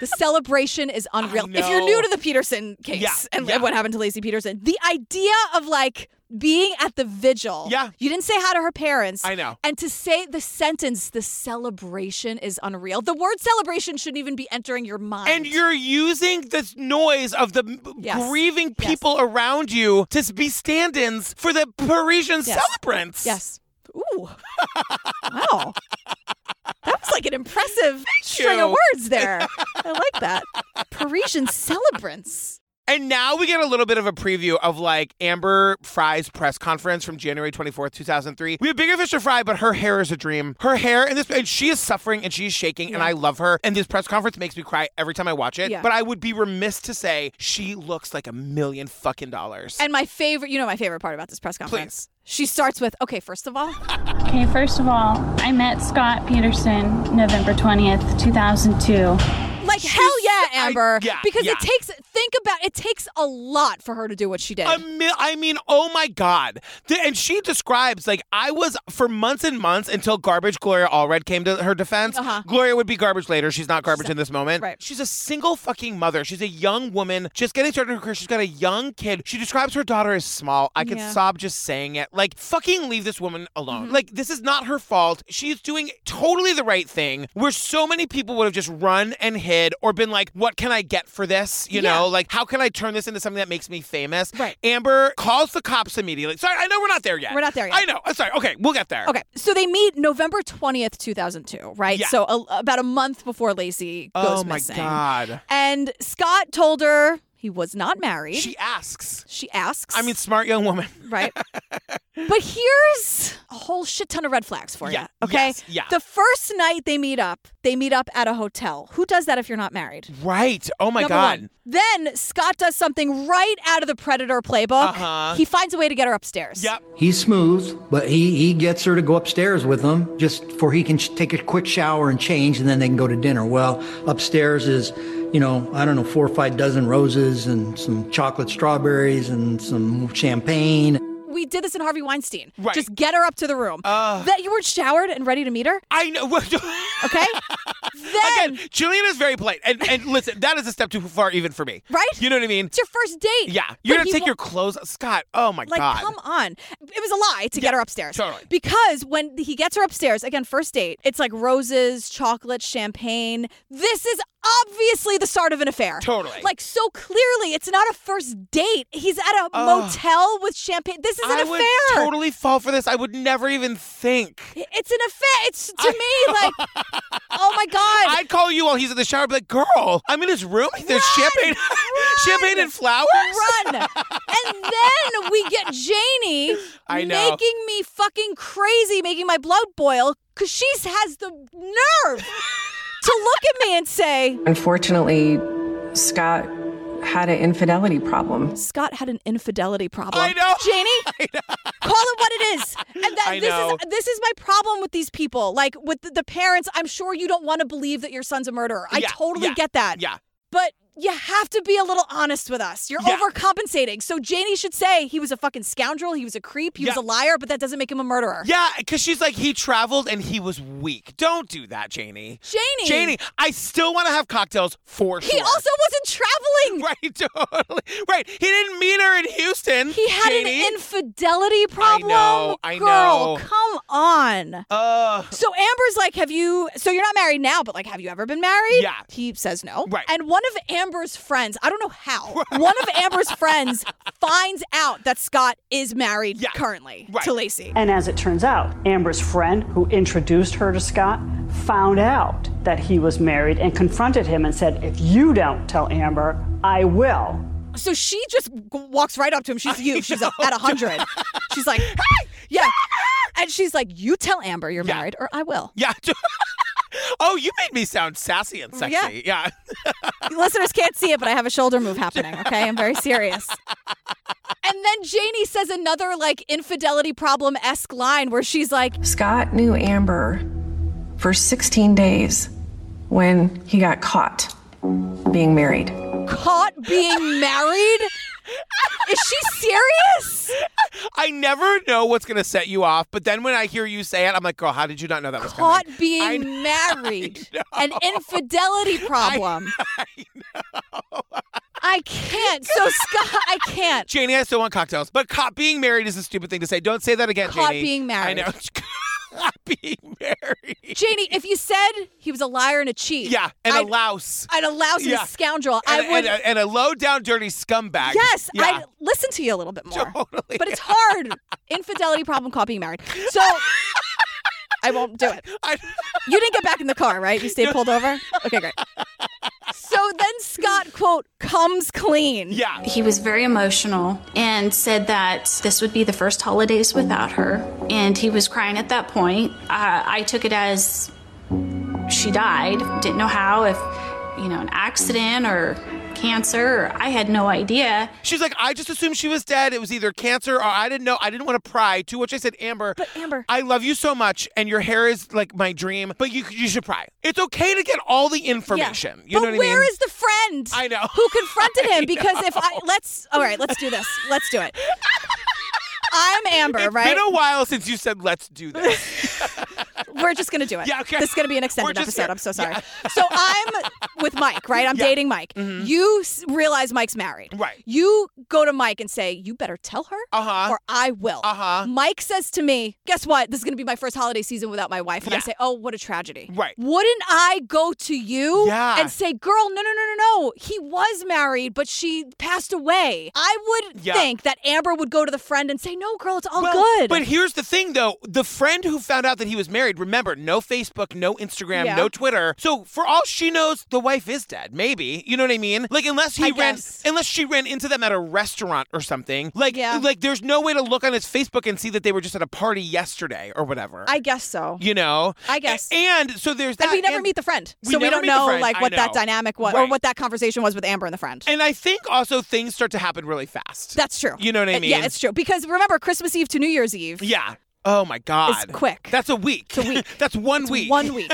Speaker 2: The celebration is unreal. If you're new to the Peterson case
Speaker 1: Yeah,
Speaker 2: and
Speaker 1: yeah.
Speaker 2: what happened to Lacey Peterson, the idea of like being at the vigil.
Speaker 1: Yeah.
Speaker 2: You didn't say hi to her parents.
Speaker 1: I know.
Speaker 2: And to say the sentence, the celebration is unreal. The word celebration shouldn't even be entering your mind.
Speaker 1: And you're using the noise of the m-
Speaker 2: Yes.
Speaker 1: grieving people around you to s- be stand ins for the Parisian
Speaker 2: Yes.
Speaker 1: celebrants.
Speaker 2: Yes. Ooh. wow. That was like an impressive string of
Speaker 1: you.
Speaker 2: words there. I like that. Parisian celebrants.
Speaker 1: And now we get a little bit of a preview of like Amber Fry's press conference from January 24th, 2003. We have bigger fish to fry, but her hair is a dream. Her hair and this, and she is suffering and she's shaking, and I love her. And this press conference makes me cry every time I watch it.
Speaker 2: Yeah.
Speaker 1: But I would be remiss to say she looks like a million fucking dollars.
Speaker 2: And my favorite, you know, my favorite part about this press conference. She starts with, okay, first of all,
Speaker 22: Okay, first of all, I met Scott Peterson November 20th, 2002.
Speaker 2: like hell yeah, Amber,
Speaker 1: yeah,
Speaker 2: because
Speaker 1: yeah.
Speaker 2: it takes think about it takes a lot for her to do what she did.
Speaker 1: A mi- I mean, oh my God. The- and she describes, like, I was for months and months until Garbage Gloria Allred came to her defense.
Speaker 2: Uh-huh.
Speaker 1: Gloria would be garbage later. She's not garbage in this moment.
Speaker 2: right.
Speaker 1: She's a single fucking mother. She's a young woman just getting started in her career. She's got a young kid. She describes her daughter as small. I could
Speaker 2: Yeah. Mm-hmm.
Speaker 1: sob just saying it. Like, fucking leave this woman alone. Like, this is not her fault. She's doing totally the right thing where so many people would have just run and hid or been like, what can I get for this? You
Speaker 2: Yeah.
Speaker 1: know, like, how can I turn this into something that makes me famous? Right. Amber calls the cops immediately. Sorry, I know we're not there yet.
Speaker 2: We're not there yet.
Speaker 1: I know. I'm sorry. Okay, we'll get there.
Speaker 2: Okay, so they meet November twentieth, two thousand two, right?
Speaker 1: Yeah.
Speaker 2: So a, about a month before Lacey goes
Speaker 1: Oh my
Speaker 2: missing.
Speaker 1: God.
Speaker 2: And Scott told her he was not married.
Speaker 1: She asks.
Speaker 2: She asks.
Speaker 1: I mean, smart young woman.
Speaker 2: right? But here's a whole shit ton of red flags for
Speaker 1: Yeah,
Speaker 2: you. Okay.
Speaker 1: yes, yeah.
Speaker 2: The first night they meet up, they meet up at a hotel. Who does that if you're not married?
Speaker 1: Right. Oh my
Speaker 2: Number
Speaker 1: God.
Speaker 2: one. Then Scott does something right out of the Predator playbook.
Speaker 17: Uh-huh.
Speaker 2: He finds a way to get her upstairs. Yep.
Speaker 17: He's smooth, but he, he gets her to go upstairs with him just for he can sh- take a quick shower and change and then they can go to dinner. Well, upstairs is, you know, I don't know, four or five dozen roses and some chocolate strawberries and some champagne.
Speaker 2: We did this in Harvey Weinstein. Right. Just get her up to the room. that you were showered and ready to meet her.
Speaker 1: I know.
Speaker 2: okay. Then
Speaker 1: Julian is very polite. And, and listen, that is a step too far even for me.
Speaker 2: Right?
Speaker 1: You know what I mean? It's
Speaker 2: your first date.
Speaker 1: Yeah. You're
Speaker 2: But
Speaker 1: going to
Speaker 2: he
Speaker 1: take
Speaker 2: wa-
Speaker 1: your clothes. Scott, oh my
Speaker 2: like,
Speaker 1: God.
Speaker 2: come on. It was a lie to get her upstairs.
Speaker 1: totally.
Speaker 2: Because when he gets her upstairs, again, first date, it's like roses, chocolate, champagne. This is obviously the start of an affair.
Speaker 1: Totally.
Speaker 2: Like, so clearly, it's not a first date. He's at a
Speaker 1: Ugh.
Speaker 2: motel with champagne. This is an
Speaker 1: I
Speaker 2: affair.
Speaker 1: would totally fall for this. I would never even think.
Speaker 2: It's an affair. It's to me like, oh my God.
Speaker 1: I'd call you while he's in the shower, be like, girl, I'm in his room. There's champagne, champagne and flowers.
Speaker 2: Run. and then we get Janie
Speaker 1: I know.
Speaker 2: making me fucking crazy, making my blood boil because she has the nerve to look at me and say,
Speaker 4: Unfortunately, Scott had an infidelity problem.
Speaker 2: Scott had an infidelity problem. I know. Janie, call it what it is. And that,
Speaker 4: I
Speaker 2: this
Speaker 4: know.
Speaker 2: is this is my problem with these people. Like with the, the parents, I'm sure you don't want to believe that your son's a murderer. I
Speaker 1: Yeah,
Speaker 2: totally
Speaker 1: yeah,
Speaker 2: get that.
Speaker 1: Yeah.
Speaker 2: But you have to be a little honest with us. You're overcompensating. So Janie should say he was a fucking scoundrel, he was a creep, he was
Speaker 1: Yeah.
Speaker 2: a liar, but that doesn't make him a murderer.
Speaker 1: Yeah, because she's like, he traveled and he was weak. Don't do that, Janie.
Speaker 2: Janie.
Speaker 1: Janie, I still want to have cocktails for
Speaker 2: He
Speaker 1: sure.
Speaker 2: also wasn't traveling.
Speaker 1: Right, totally. Right. He didn't meet her in Houston.
Speaker 2: He had
Speaker 1: Janie.
Speaker 2: an infidelity problem.
Speaker 1: know, I
Speaker 2: Girl,
Speaker 1: know.
Speaker 2: come on.
Speaker 1: Uh,
Speaker 2: so Amber's like, have you, so you're not married now, but like, have you ever been married?
Speaker 1: Yeah.
Speaker 2: He says no. Right. And one of Amber's friends, I don't know how, one of Amber's friends finds out that Scott is married currently to Lacey.
Speaker 12: And as it turns out, Amber's friend, who introduced her to Scott, found out that he was married and confronted him and said, If you don't tell Amber, I will.
Speaker 2: So she just g- walks right up to him. She's you. She's a, at 100. She's like, "Hey, yeah. And she's like, you tell Amber you're married or I will.
Speaker 1: Yeah. oh, you made me sound sassy and sexy. Yeah.
Speaker 2: Listeners can't see it, but I have a shoulder move happening, okay? I'm very serious. And then Janie says another like infidelity problem esque line where she's like,
Speaker 4: Scott knew Amber for 16 days when he got caught being married.
Speaker 2: caught being married? Is she serious?
Speaker 1: I never know what's going to set you off, but then when I hear you say it, I'm like, girl, how did you not know that was coming?
Speaker 2: Caught being married. An infidelity problem. I, can't. So Scott, I can't.
Speaker 1: Janie, I still want cocktails, but caught being married is a stupid thing to say. Don't say that again,
Speaker 2: Caught
Speaker 1: Janie.
Speaker 2: being married.
Speaker 1: I know.
Speaker 2: Janie, if you said he was a liar and a cheat.
Speaker 1: Yeah, and a
Speaker 2: I'd-
Speaker 1: louse.
Speaker 2: I'd allow some
Speaker 1: Yeah.
Speaker 2: scoundrel.
Speaker 1: And,
Speaker 2: I would.
Speaker 1: and, a, and a low down, dirty scumbag.
Speaker 2: Yes,
Speaker 1: Yeah.
Speaker 2: I'd listen to you a little bit more. But it's hard. Infidelity problem caught being married. So I won't do it. you didn't get back in the car, right? You stayed pulled over? Okay, great. So then Scott, quote, comes clean.
Speaker 1: Yeah.
Speaker 22: He was very emotional and said that this would be the first holidays without her. And he was crying at that point. Uh, I took it as she died. Didn't know how, if, you know, an accident or cancer. Or I had no idea.
Speaker 1: She's like, I just assumed she was dead. It was either cancer or I didn't know. I didn't want to pry. To which I said, Amber, but
Speaker 2: Amber,
Speaker 1: I love you so much, and your hair is like my dream. But you you should pry. It's okay to get all the information. You
Speaker 2: but
Speaker 1: know what I
Speaker 2: where
Speaker 1: mean?
Speaker 2: is the friend? I know who confronted him because if I let's all right, let's do this. Let's do it. I'm Amber,
Speaker 1: It's
Speaker 2: right?
Speaker 1: been a while since you said let's do this.
Speaker 2: We're just gonna do it.
Speaker 1: Yeah, okay.
Speaker 2: This is gonna be an
Speaker 1: We're
Speaker 2: extended
Speaker 1: just
Speaker 2: episode.
Speaker 1: here.
Speaker 2: I'm so sorry. So I'm with Mike, right? I'm
Speaker 1: Yeah.
Speaker 2: dating Mike.
Speaker 1: Mhm.
Speaker 2: You s- realize Mike's married,
Speaker 1: Right.
Speaker 2: You go to Mike and say, "You better tell her, uh-huh. or I will." Uh-huh. Mike says to me, "Guess what? This is gonna be my first holiday season without my wife," and I
Speaker 1: Yeah.
Speaker 2: say, "Oh, what a tragedy."
Speaker 1: Right.
Speaker 2: Wouldn't I go to you
Speaker 1: Yeah.
Speaker 2: and say, "Girl, no, no, no, no, no. He was married, but she passed away." I would
Speaker 1: Yeah.
Speaker 2: think that Amber would go to the friend and say, "No, girl, it's all
Speaker 1: Well,
Speaker 2: good."
Speaker 1: But here's the thing, though: the friend who found out that he was married married. Remember, no Facebook, no Instagram,
Speaker 2: Yeah.
Speaker 1: no Twitter. So for all she knows, the wife is dead. Maybe you know what I mean? Like unless he
Speaker 2: I
Speaker 1: ran,
Speaker 2: guess.
Speaker 1: unless she ran into them at a restaurant or something. Like like there's no way to look on his Facebook and see that they were just at a party yesterday or whatever.
Speaker 2: I guess so.
Speaker 1: you know.
Speaker 2: I guess.
Speaker 1: And so there's that.
Speaker 2: and we never meet the friend,
Speaker 1: We
Speaker 2: so we
Speaker 1: never
Speaker 2: don't
Speaker 1: meet the
Speaker 2: know
Speaker 1: friend,
Speaker 2: like
Speaker 1: I
Speaker 2: what that
Speaker 1: know.
Speaker 2: dynamic was or
Speaker 1: Right.
Speaker 2: what that conversation was with Amber and the friend.
Speaker 1: And I think also things start to happen really fast.
Speaker 2: That's true.
Speaker 1: You know what I
Speaker 2: Uh,
Speaker 1: mean?
Speaker 2: Yeah, it's true because remember Christmas Eve to New Year's Eve.
Speaker 1: Yeah. Oh my God.
Speaker 2: It's quick.
Speaker 1: That's a week. It's a week. That's one week.
Speaker 2: One week.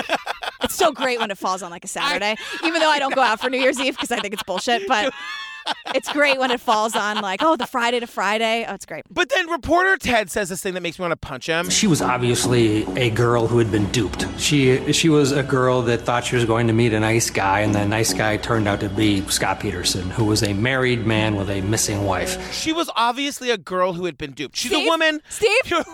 Speaker 2: it's so great when it falls on like a Saturday, even though I don't go out for New Year's Eve because I think it's bullshit. But it's great when it falls on like oh the Friday to Friday. Oh, it's great.
Speaker 1: But then reporter Ted says this thing that makes me want to punch him.
Speaker 8: She was obviously a girl who had been duped. She she was a girl that thought she was going to meet a nice guy, and that nice guy turned out to be Scott Peterson, who was a married man with a missing wife.
Speaker 1: She was obviously a girl who had been duped. She's a woman.
Speaker 2: Steve?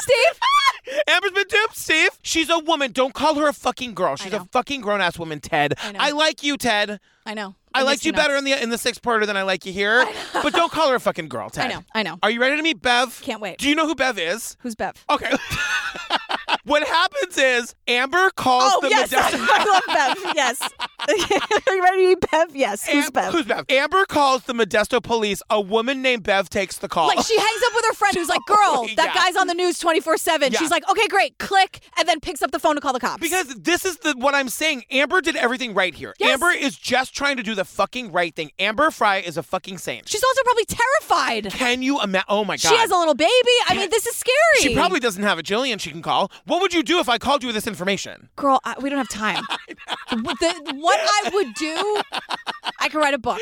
Speaker 2: Steve?
Speaker 1: Amber's been duped, Steve. She's a woman. Don't call her a fucking girl. She's a fucking grown ass woman, Ted. I, like you, Ted.
Speaker 2: I know.
Speaker 1: I
Speaker 2: It
Speaker 1: liked
Speaker 2: makes
Speaker 1: you
Speaker 2: me
Speaker 1: better
Speaker 2: nuts.
Speaker 1: in the in the sixth parter than I like you here. But don't call her a fucking girl, Ted.
Speaker 2: I know. I know.
Speaker 1: Are you ready to meet Bev?
Speaker 2: Can't wait.
Speaker 1: Do you know who Bev is?
Speaker 2: Who's Bev?
Speaker 1: Okay. what happens is Amber calls
Speaker 2: Oh
Speaker 1: the
Speaker 2: yes,
Speaker 1: Modesto-
Speaker 2: I love Bev. Yes. Are you ready to meet Bev? Yes. Who's Bev?
Speaker 1: Who's Bev? Amber calls the Modesto police. A woman named Bev takes the call.
Speaker 2: Like she hangs up with her friend who's like, "Girl, that
Speaker 1: Yeah.
Speaker 2: guy's on the news 24/7."
Speaker 1: Yeah.
Speaker 2: She's like, "Okay, great." Click and then picks up the phone to call the cops.
Speaker 1: Because this is the what I'm saying. Amber did everything right here.
Speaker 2: Yes.
Speaker 1: Amber is just trying to do the fucking right thing. Amber Fry is a fucking saint.
Speaker 2: she's also probably terrified.
Speaker 1: Can you imagine? Oh my god.
Speaker 2: She has a little baby. I mean, this is scary.
Speaker 1: She probably doesn't have a Jillian she can call. What would you do if I called you with this information?
Speaker 2: Girl, I, we don't have time. With the- what I would do, I could write a book.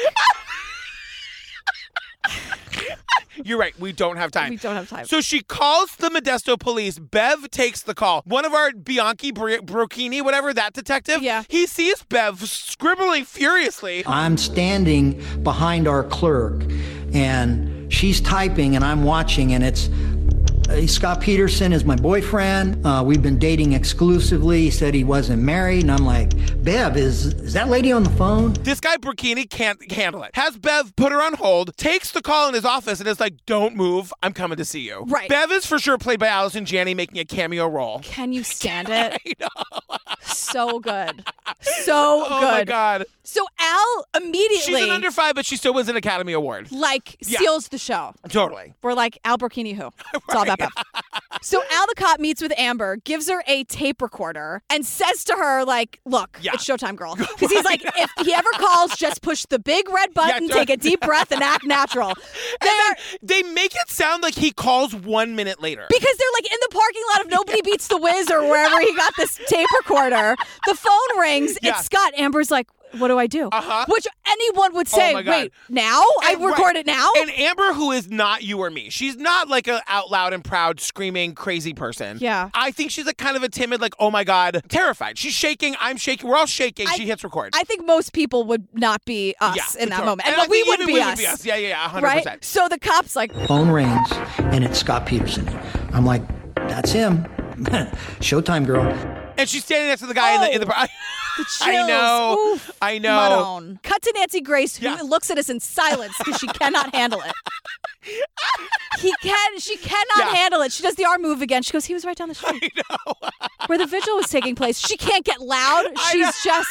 Speaker 1: You're right. We don't have time. We
Speaker 2: don't have time.
Speaker 1: So she calls the Modesto police. Bev takes the call. One of our Bianchi Bri- Brocchini, whatever that detective. Yeah. He sees Bev scribbling furiously.
Speaker 17: I'm standing behind our clerk and she's typing and I'm watching and it's "Hey, Scott Peterson is my boyfriend. Uh, we've been dating exclusively. He said he wasn't married. And I'm like, Bev, is, is that lady on the phone?
Speaker 1: This guy Burkini can't handle it. Has Bev put her on hold, takes the call in his office, and is like, "Don't move. I'm coming to see you."
Speaker 2: Right.
Speaker 1: Bev is for sure played by Allison Janney, making a cameo role.
Speaker 2: Can you stand it? So good. So
Speaker 1: Oh
Speaker 2: good.
Speaker 1: my God.
Speaker 2: So Al immediately
Speaker 1: She's an under five, but she still wins an Academy Award.
Speaker 2: like
Speaker 1: Yeah.
Speaker 2: seals the show.
Speaker 1: Totally.
Speaker 2: We're like Al Burkini who? It's all about Bev. so Al the cop meets with Amber, gives her a tape recorder, and says to her, like, look, it's showtime girl. Because he's like, if he ever calls, just push the big red button,
Speaker 1: don't-
Speaker 2: take a deep breath, and act natural. They're
Speaker 1: They make it sound like he calls one minute later.
Speaker 2: because they're like in the parking lot of Nobody Beats the Wiz or wherever he got this tape recorder. The phone rings.
Speaker 1: Yeah.
Speaker 2: It's Scott. Amber's like, what do I do? Uh-huh. Which anyone would say,
Speaker 1: Oh my God.
Speaker 2: wait, now?
Speaker 1: And-
Speaker 2: I record
Speaker 1: right.
Speaker 2: it now?
Speaker 1: And Amber, who is not you or me, she's not like a out loud and proud, screaming, crazy person.
Speaker 2: Yeah.
Speaker 1: I think she's a kind of a timid, like, oh my God, terrified. She's shaking. I'm shaking. We're all shaking. she hits record.
Speaker 2: I think most people would not be us
Speaker 1: Yeah,
Speaker 2: in that
Speaker 1: totally.
Speaker 2: moment.
Speaker 1: And I
Speaker 2: but we
Speaker 1: think
Speaker 2: would
Speaker 1: even
Speaker 2: be,
Speaker 1: we
Speaker 2: us.
Speaker 1: would be us. Yeah, yeah, yeah, 100%.
Speaker 2: Right? So the cop's like,
Speaker 17: Phone rings and it's Scott Peterson. I'm like, that's him. Showtime girl.
Speaker 1: and she's standing next to the guy in
Speaker 2: Oh.
Speaker 1: the in the. bar- I
Speaker 2: chills.
Speaker 1: know.
Speaker 2: Oof.
Speaker 1: I know.
Speaker 2: Madone. Cut to Nancy Grace, who looks at us in silence because she cannot handle it. He can. She cannot
Speaker 1: Yeah.
Speaker 2: handle it. She does the arm move again. She goes, "He was right down the street, where the vigil was taking place." She can't get loud. She's just,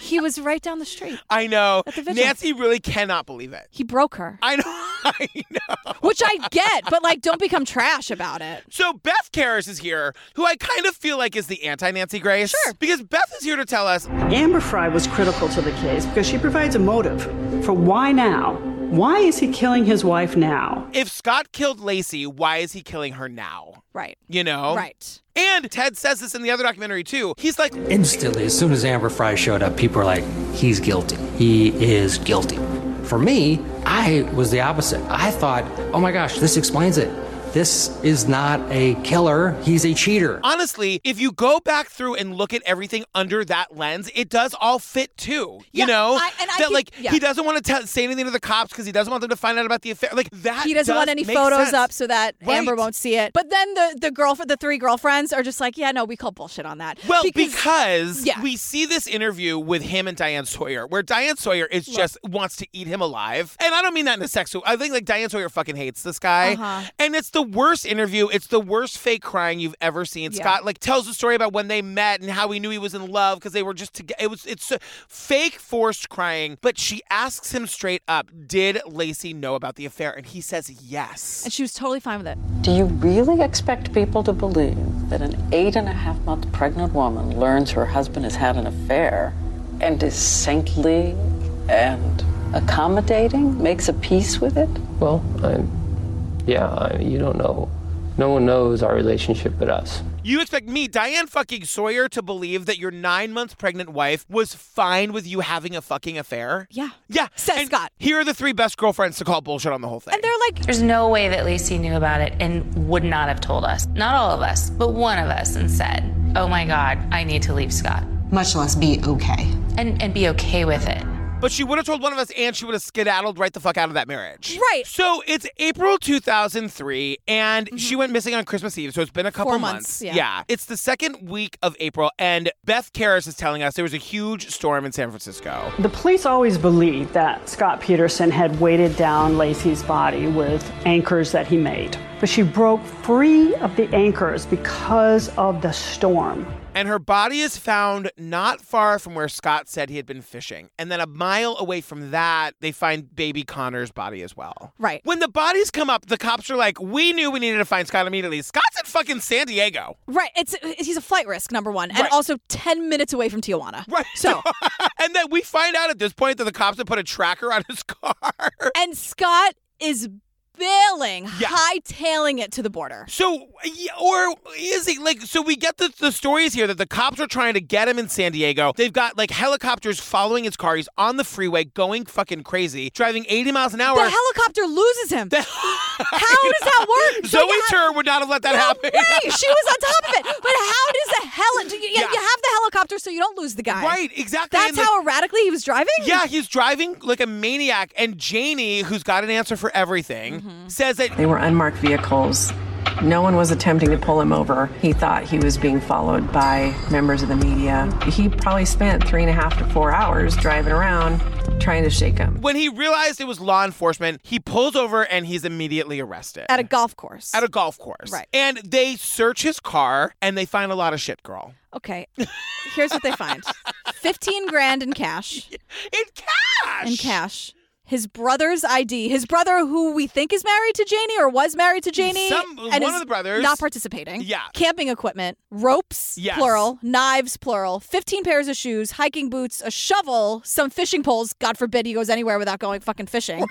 Speaker 2: he was right down the street.
Speaker 1: I know.
Speaker 2: vigil.
Speaker 1: Nancy really cannot believe it.
Speaker 2: He broke her.
Speaker 1: I know. I know.
Speaker 2: Which I get, but like, don't become trash about it.
Speaker 1: So Beth Karras is here, who I kind of feel like is the anti Nancy Grace. Sure. Because Beth is here to tell us
Speaker 12: Amber Fry was critical to the case because she provides a motive for why now. Why is he killing his wife now?
Speaker 1: if Scott killed Lacey, why is he killing her now?
Speaker 2: Right.
Speaker 1: You know?
Speaker 2: Right.
Speaker 1: And Ted says this in the other documentary too. He's like,
Speaker 8: Instantly, as soon as Amber Fry showed up, people were like, he's guilty. He is guilty. For me, I was the opposite. I thought, oh my gosh, this explains it. This is not a killer, he's a cheater.
Speaker 1: honestly, if you go back through and look at everything under that lens, it does all fit too. You
Speaker 2: Yeah,
Speaker 1: know?
Speaker 2: I- and I
Speaker 1: that
Speaker 2: can-
Speaker 1: like
Speaker 2: yeah.
Speaker 1: he doesn't want to tell say anything to the cops because he doesn't want them to find out about the affair. Like that.
Speaker 2: he doesn't
Speaker 1: does
Speaker 2: want any
Speaker 1: make
Speaker 2: photos
Speaker 1: sense.
Speaker 2: up so that
Speaker 1: Right.
Speaker 2: Amber won't see it. But then the the girlfriend, the three girlfriends are just like, yeah, no, we call bullshit on that.
Speaker 1: Well, because, we see this interview with him and Diane Sawyer, where Diane Sawyer is just wants to eat him alive, and I don't mean that in a sexual. I think like Diane Sawyer fucking hates this guy,
Speaker 2: Uh-huh.
Speaker 1: and it's the the worst interview. It's the worst fake crying you've ever seen.
Speaker 5: Yeah.
Speaker 1: Scott like tells the story about when they met and how he knew he was in love because they were just together. It was it's so- fake forced crying. But she asks him straight up, "Did Lacey know about the affair?" And he says yes.
Speaker 2: And she was totally fine with it.
Speaker 11: Do you really expect people to believe that an eight and a half month pregnant woman learns her husband has had an affair and is saintly and accommodating, makes a peace with it?
Speaker 18: Well, i yeah, I, you don't know. No one knows our relationship but us.
Speaker 1: You expect me, Diane fucking Sawyer, to believe that your nine month pregnant wife was fine with you having a fucking affair?
Speaker 2: Yeah.
Speaker 1: Yeah. Says Scott. Here are the three best girlfriends to call bullshit on the whole thing.
Speaker 23: And they're like, there's no way that Lacey knew about it and would not have told us. Not all of us, but one of us, and said, oh my God, I need to leave Scott.
Speaker 10: Much less be okay.
Speaker 23: And, and be okay with it.
Speaker 1: But she would have told one of us and she would have skedaddled right the fuck out of that marriage.
Speaker 2: Right. Mm-hmm.
Speaker 1: So it's April 2003 and she went missing on Christmas Eve. So it's been a couple
Speaker 2: Four
Speaker 1: months.
Speaker 2: months, yeah.
Speaker 1: It's the second week of April and Beth Karras is telling us there was a huge storm in San Francisco.
Speaker 5: The police always believed that Scott Peterson had weighted down Lacey's body with anchors that he made. But she broke free of the anchors because of the storm.
Speaker 1: And her body is found not far from where Scott said he had been fishing. And then a mile away from that, they find baby Connor's body as well.
Speaker 2: Right.
Speaker 1: When the bodies come up, the cops are like, we knew we needed to find Scott immediately. Scott's in fucking San Diego.
Speaker 2: Right. It's he's a flight risk number one, and also ten minutes away from Tijuana.
Speaker 1: Right.
Speaker 2: So
Speaker 1: and then we find out at this point that the cops have put a tracker on his car.
Speaker 2: and Scott is bailing, hightailing it to the border.
Speaker 1: So, yeah, or is he like, so we get the, the stories here that the cops are trying to get him in San Diego. They've got like helicopters following his car. He's on the freeway going fucking crazy, driving 80 miles an hour.
Speaker 2: The helicopter loses him. How does that work?
Speaker 1: Zoe Tur would not have let that happen.
Speaker 2: Right, she was on top of it. But how does the heli? do You, you have the helicopter, so you don't lose the guy.
Speaker 1: Right, exactly.
Speaker 2: That's
Speaker 1: And, like-
Speaker 2: how erratically he was driving.
Speaker 1: Yeah, he's driving like a maniac, and Janie, who's got an answer for everything,
Speaker 2: Mm-hmm.
Speaker 1: says that
Speaker 4: They were unmarked vehicles. No one was attempting to pull him over. He thought he was being followed by members of the media. He probably spent three and a half to four hours driving around trying to shake him.
Speaker 1: when he realized it was law enforcement, he pulls over and he's immediately arrested
Speaker 2: At a golf course.
Speaker 1: At a golf course.
Speaker 2: Right.
Speaker 1: And they search his car and they find a lot of shit, girl.
Speaker 2: Okay. Here's what they find 15 grand in cash. In
Speaker 1: cash!
Speaker 2: In cash. His brother's ID. His brother, who we think is married to Janie or was married to Janie.
Speaker 1: Some-
Speaker 2: and
Speaker 1: one
Speaker 2: is
Speaker 1: of the brothers.
Speaker 2: Not participating.
Speaker 1: Yeah.
Speaker 2: Camping equipment, ropes,
Speaker 1: Yes.
Speaker 2: plural, knives, plural, 15 pairs of shoes, hiking boots, a shovel, some fishing poles. God forbid he goes anywhere without going fucking fishing.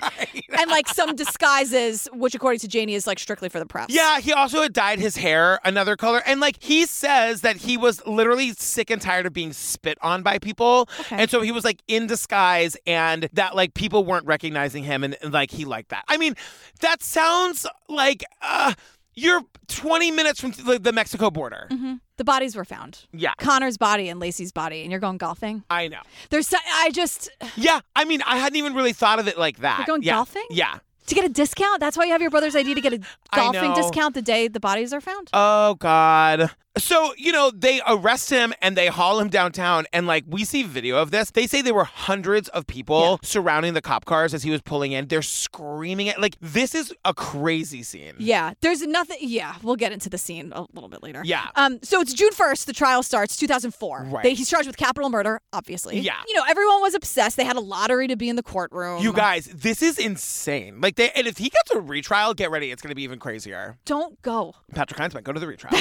Speaker 2: and like some disguises, which according to Janie is like strictly for the press.
Speaker 1: Yeah, he also had dyed his hair another color. And like he says that he was literally sick and tired of being spit on by people. And so he was like in disguise and that like people weren't recognizing him and, and, like he liked that. I mean, that sounds like uh you're 20 minutes from the, the Mexico border.
Speaker 2: hmm The bodies were found.
Speaker 1: Yeah.
Speaker 2: Connor's body and Lacey's body, and you're going golfing.
Speaker 1: I know.
Speaker 2: There's, so- I just
Speaker 1: Yeah, I mean, I hadn't even really thought of it like that.
Speaker 2: We're going
Speaker 1: yeah.
Speaker 2: golfing?
Speaker 1: Yeah.
Speaker 2: to get a discount. That's why you have your brother's ID to get a
Speaker 1: I
Speaker 2: golfing
Speaker 1: know.
Speaker 2: discount the day the bodies are found.
Speaker 1: Oh God. So, you know, they arrest him and they haul him downtown. And like we see video of this. They say there were hundreds of people surrounding the cop cars as he was pulling in. They're screaming at like this is a crazy scene.
Speaker 2: Yeah, there's nothing. Yeah, we'll get into the scene a little bit later.
Speaker 1: Yeah.
Speaker 2: Um. So it's June 1st. The trial starts 2004.
Speaker 1: Right.
Speaker 2: They, he's charged with capital murder, obviously.
Speaker 1: Yeah.
Speaker 2: You know, everyone was obsessed. They had a lottery to be in the courtroom.
Speaker 1: You guys, this is insane. Like they and if he gets a retrial, get ready. It's gonna be even crazier.
Speaker 2: don't go.
Speaker 1: Patrick Heinzman, go to the retrial.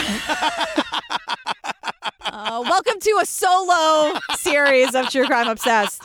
Speaker 2: Uh, welcome to a solo series of True Crime Obsessed.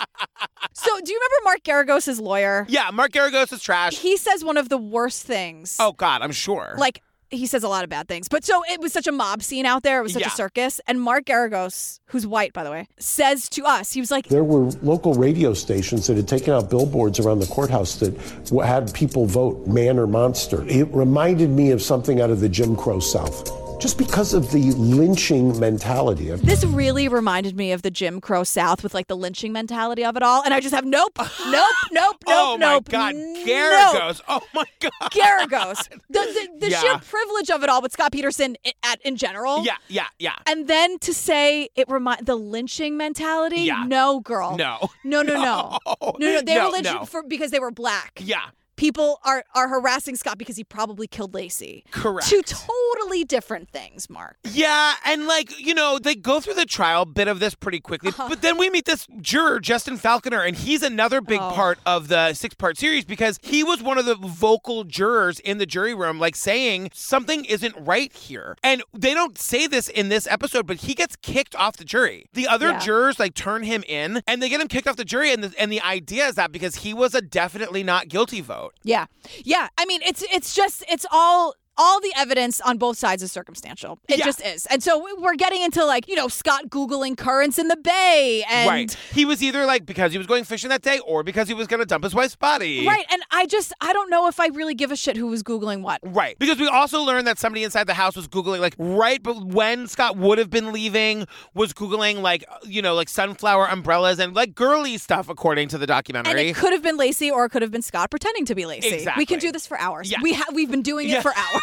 Speaker 2: So, do you remember Mark Garagos' lawyer?
Speaker 1: yeah, Mark Garagos is trash.
Speaker 2: He says one of the worst things.
Speaker 1: oh God, I'm sure.
Speaker 2: Like he says a lot of bad things, but so it was such a mob scene out there. It was such
Speaker 1: Yeah.
Speaker 2: a circus. And Mark Garagos, who's white by the way, says to us, he was like,
Speaker 24: There were local radio stations that had taken out billboards around the courthouse that w- had people vote man or monster. It reminded me of something out of the Jim Crow South, just because of the lynching mentality. of
Speaker 2: "This really reminded me of the Jim Crow South with like the lynching mentality of it all." And I just have nope, nope, nope, nope,
Speaker 1: oh
Speaker 2: nope.
Speaker 1: my God,
Speaker 2: nope.
Speaker 1: Garagos. Oh my God.
Speaker 2: Garagos. The, the, the
Speaker 1: Yeah.
Speaker 2: sheer privilege of it all with Scott Peterson i- at in general.
Speaker 1: Yeah, yeah, yeah.
Speaker 2: And then to say it remind the lynching mentality.
Speaker 1: Yeah.
Speaker 2: No, girl.
Speaker 1: No.
Speaker 2: No, no, no. No, no. They
Speaker 1: No,
Speaker 2: were lynching
Speaker 1: no.
Speaker 2: for because they were black.
Speaker 1: Yeah.
Speaker 2: people are are harassing Scott because he probably killed Lacey.
Speaker 1: Correct.
Speaker 2: Two totally different things, Mark.
Speaker 1: Yeah, and like, you know, they go through the trial bit of this pretty quickly.
Speaker 2: Uh-huh.
Speaker 1: But then we meet this juror, Justin Falconer, and he's another big
Speaker 2: Oh.
Speaker 1: part of the six part series because he was one of the vocal jurors in the jury room, like saying something isn't right here. And they don't say this in this episode, but he gets kicked off the jury. The other
Speaker 3: Yeah.
Speaker 1: jurors like turn him in and they get him kicked off the jury. And the, and the idea is that because he was a definitely not guilty vote.
Speaker 2: Yeah. Yeah. I mean, it's it's just it's all all the evidence on both sides is circumstantial. It
Speaker 1: Yeah.
Speaker 2: just is. And so we- we're getting into like, you know, Scott googling currents in the bay and
Speaker 1: right. He was either like because he was going fishing that day or because he was going to dump his wife's body.
Speaker 2: Right, and I just I don't know if I really give a shit who was googling what.
Speaker 1: Right. Because we also learned that somebody inside the house was Googling, like, right but when Scott would have been leaving, was Googling, like, you know, like sunflower umbrellas and like girly stuff, according to the
Speaker 2: And
Speaker 1: documentary.
Speaker 2: it could have been Lacey or it could have been Scott pretending to be Lacey. We
Speaker 1: Exactly.
Speaker 2: can do this for hours.
Speaker 1: Yeah.
Speaker 2: We ha- we've been doing
Speaker 1: Yeah.
Speaker 2: it for hours.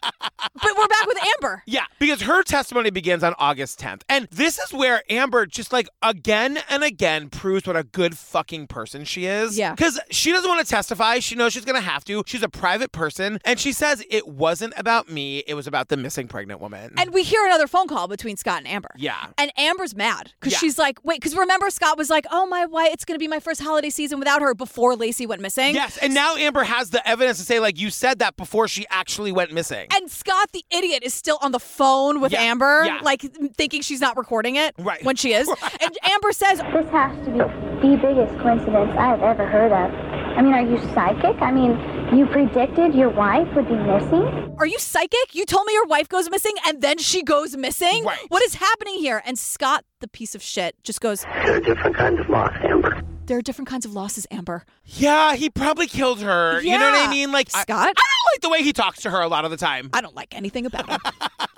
Speaker 2: but we're back with Amber.
Speaker 1: Yeah, because her testimony begins on August 10th. And this is where Amber just like again and again proves what a good fucking person she is.
Speaker 2: Yeah.
Speaker 1: Because she doesn't want to testify. She knows she's going to have to. She's a private person. And she says, it wasn't about me. It was about the missing pregnant woman.
Speaker 2: And we hear another phone call between Scott and Amber.
Speaker 1: yeah.
Speaker 2: And Amber's mad because
Speaker 1: Yeah.
Speaker 2: she's like, wait, because remember Scott was like, oh my wife, it's gonna be my first holiday season without her before Lacey went missing.
Speaker 1: Yes, and now Amber has the evidence to say, like, you said that before she actually went missing.
Speaker 2: And Scott the idiot is still on the phone with Amber,
Speaker 1: yeah.
Speaker 2: like thinking she's not recording it
Speaker 1: Right.
Speaker 2: when she is. And Amber says,
Speaker 6: This has to be the biggest coincidence I have ever heard of. I mean, are you psychic? I mean, you predicted your wife would be missing?
Speaker 2: Are you psychic? You told me your wife goes missing and then she goes missing? What is happening here? And Scott, the piece of shit, just goes,
Speaker 7: There are different kinds of loss, Amber.
Speaker 2: There are different kinds of losses, Amber.
Speaker 1: Yeah, he probably killed her. You know what I
Speaker 2: Yeah.
Speaker 1: mean? Like, I-
Speaker 2: Scott?
Speaker 1: I, don't like the way he talks to her a lot of the time.
Speaker 2: I don't like anything about him.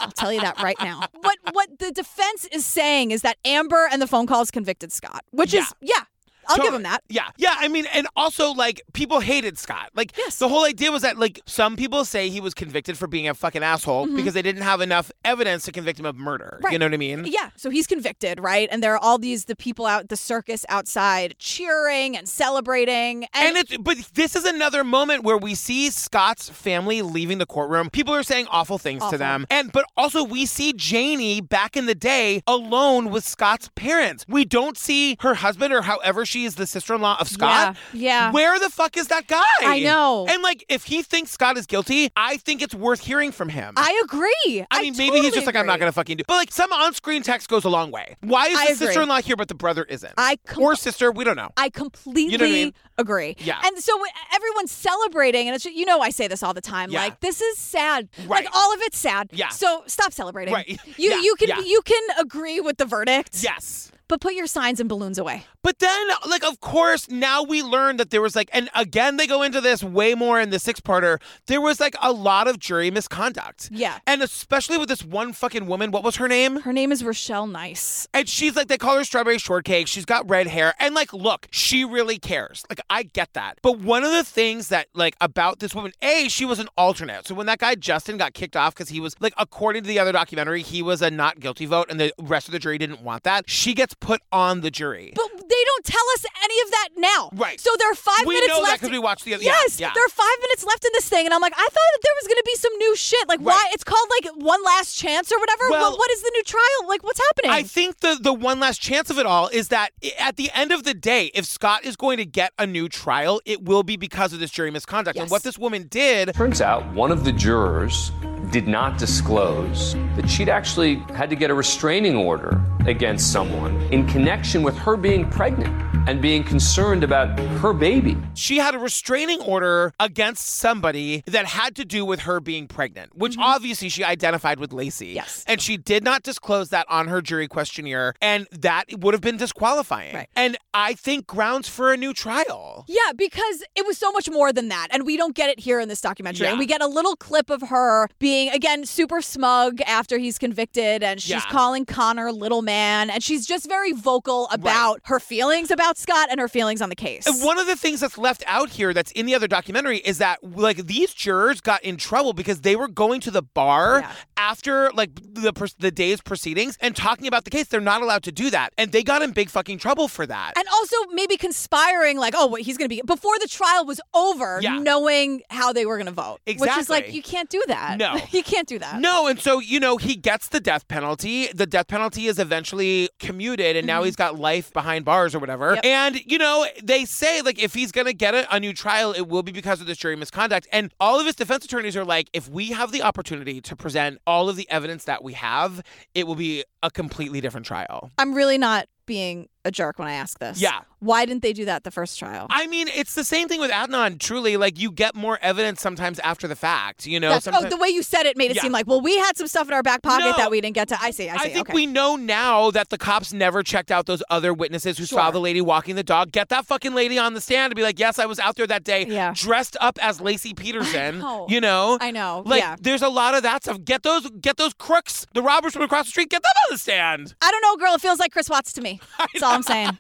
Speaker 2: I'll tell you that right now. What what the defense is saying is that Amber and the phone calls convicted Scott, which is yeah, I'll give him that.
Speaker 1: Yeah. Yeah. I mean, and also, like, people hated Scott. Like, the whole idea was that, like, some people say he was convicted for being a fucking asshole
Speaker 2: Mhm.
Speaker 1: because they didn't have enough evidence to convict him of murder. You
Speaker 2: Right.
Speaker 1: know what I mean?
Speaker 2: Yeah, so he's convicted, right? And there are all these the people out the circus outside cheering and celebrating.
Speaker 1: And it's but this is another moment where we see Scott's family leaving the courtroom. People are saying awful things to
Speaker 2: Awful.
Speaker 1: them. And but also we see Janie back in the day alone with Scott's parents. We don't see her husband or however she is the sister-in-law of Scott.
Speaker 2: Yeah, yeah.
Speaker 1: Where the fuck is that guy?
Speaker 2: I know.
Speaker 1: And like if he thinks Scott is guilty, I think it's worth hearing from him.
Speaker 2: I agree.
Speaker 1: I mean, maybe he's
Speaker 2: totally
Speaker 1: just like, I'm not
Speaker 2: agree.
Speaker 1: gonna fucking do. But like, some on-screen text goes a long way. Why is
Speaker 2: I
Speaker 1: the
Speaker 2: agree.
Speaker 1: sister-in-law here, but the brother isn't?
Speaker 2: I
Speaker 1: or sister, we don't know.
Speaker 2: I completely
Speaker 1: mean?
Speaker 2: agree.
Speaker 1: Yeah.
Speaker 2: And so when everyone's celebrating, and it's you know I say this all the time.
Speaker 1: Yeah.
Speaker 2: Like this is sad.
Speaker 1: Right.
Speaker 2: Like all of it's sad.
Speaker 1: Yeah.
Speaker 2: So stop celebrating.
Speaker 1: Right.
Speaker 2: You
Speaker 1: Yeah,
Speaker 2: you can
Speaker 1: yeah.
Speaker 2: you can agree with the verdict.
Speaker 1: Yes.
Speaker 2: But put your signs and balloons away.
Speaker 1: But then, like, of course, now we learn that there was like, and again, they go into this way more in the six parter. There was like a lot of jury misconduct.
Speaker 2: Yeah.
Speaker 1: And especially with this one fucking woman, what was her name?
Speaker 2: Her name is Rochelle Nice.
Speaker 1: And she's like, they call her strawberry shortcake. She's got red hair. And like, look, she really cares. Like, I get that. But one of the things that, like, about this woman, A, she was an alternate. So when that guy Justin got kicked off because he was, like, according to the other documentary, he was a not guilty vote and the rest of the jury didn't want that, she gets put on the jury.
Speaker 2: But they don't tell us any of that now. Right. So there are five
Speaker 1: we
Speaker 2: minutes
Speaker 1: know
Speaker 2: left.
Speaker 1: that because we watched the other. yeah,
Speaker 2: Yes,
Speaker 1: yeah,
Speaker 2: there are five minutes left in this thing, and I'm like, I thought that there was going to be some new shit. Like, why? It's called like one last chance or whatever.
Speaker 1: Well-
Speaker 2: what, what is the new trial? Like, what's happening?
Speaker 1: I think the the one last chance of it all is that i- at the end of the day, if Scott is going to get a new trial, it will be because of this jury misconduct. And what this woman did,
Speaker 14: Turns out one of the jurors did not disclose that she'd actually had to get a restraining order against someone in connection with her being pregnant and being concerned about her baby.
Speaker 1: she had a restraining order against somebody that had to do with her being pregnant, which obviously she identified with Lacey. Yes, and she did not disclose that on her jury questionnaire, and that would have been disqualifying. And I think grounds for a new trial.
Speaker 2: Yeah, because it was so much more than that. And we don't get it here in this documentary.
Speaker 1: Yeah.
Speaker 2: And we get a little clip of her being being again super smug after he's convicted, and she's
Speaker 3: Yeah.
Speaker 2: calling Connor little man, and she's just very vocal about her feelings about Scott and her feelings on the case.
Speaker 1: And one of the things that's left out here that's in the other documentary is that like these jurors got in trouble because they were going to the bar after like the pers- the day's proceedings and talking about the case. They're not allowed to do that, and they got in big fucking trouble for that.
Speaker 2: And also maybe conspiring, like, oh, wait, he's going to be before the trial was over,
Speaker 1: Yeah.
Speaker 2: knowing how they were going to vote. Which is like
Speaker 1: Exactly.
Speaker 2: you can't do that.
Speaker 1: No.
Speaker 2: you can't do that.
Speaker 1: No, and so you know he gets the death penalty. The death penalty is eventually commuted, and now he's got life behind bars or whatever.
Speaker 2: Mm-hmm. Yep.
Speaker 1: And you know they say like if he's gonna get a, a new trial, it will be because of this jury misconduct. And all of his defense attorneys are like, if we have the opportunity to present all of the evidence that we have, it will be a completely different trial.
Speaker 2: I'm really not being a jerk when I ask this.
Speaker 1: Yeah.
Speaker 2: Why didn't they do that the first trial?
Speaker 1: I mean, it's the same thing with Adnan. Truly, like you get more evidence sometimes after the fact. You know,
Speaker 2: That's-
Speaker 1: sometimes-
Speaker 2: oh, the way you said it made it
Speaker 1: Yeah.
Speaker 2: seem like, well, we had some stuff in our back pocket
Speaker 1: No.
Speaker 2: that we didn't get to. I see, I see.
Speaker 1: I think
Speaker 2: okay.
Speaker 1: we know now that the cops never checked out those other witnesses who saw
Speaker 2: Sure.
Speaker 1: the lady walking the dog. Get that fucking lady on the stand and be like, yes, I was out there that day dressed up as Lacey Peterson.
Speaker 2: know.
Speaker 1: You know?
Speaker 2: I know,
Speaker 1: Like
Speaker 2: yeah.
Speaker 1: there's a lot of that stuff. Get those get those crooks, the robbers from across the street, get them on the stand.
Speaker 2: I don't know, girl. It feels like Chris Watts to me. That's all I'm saying.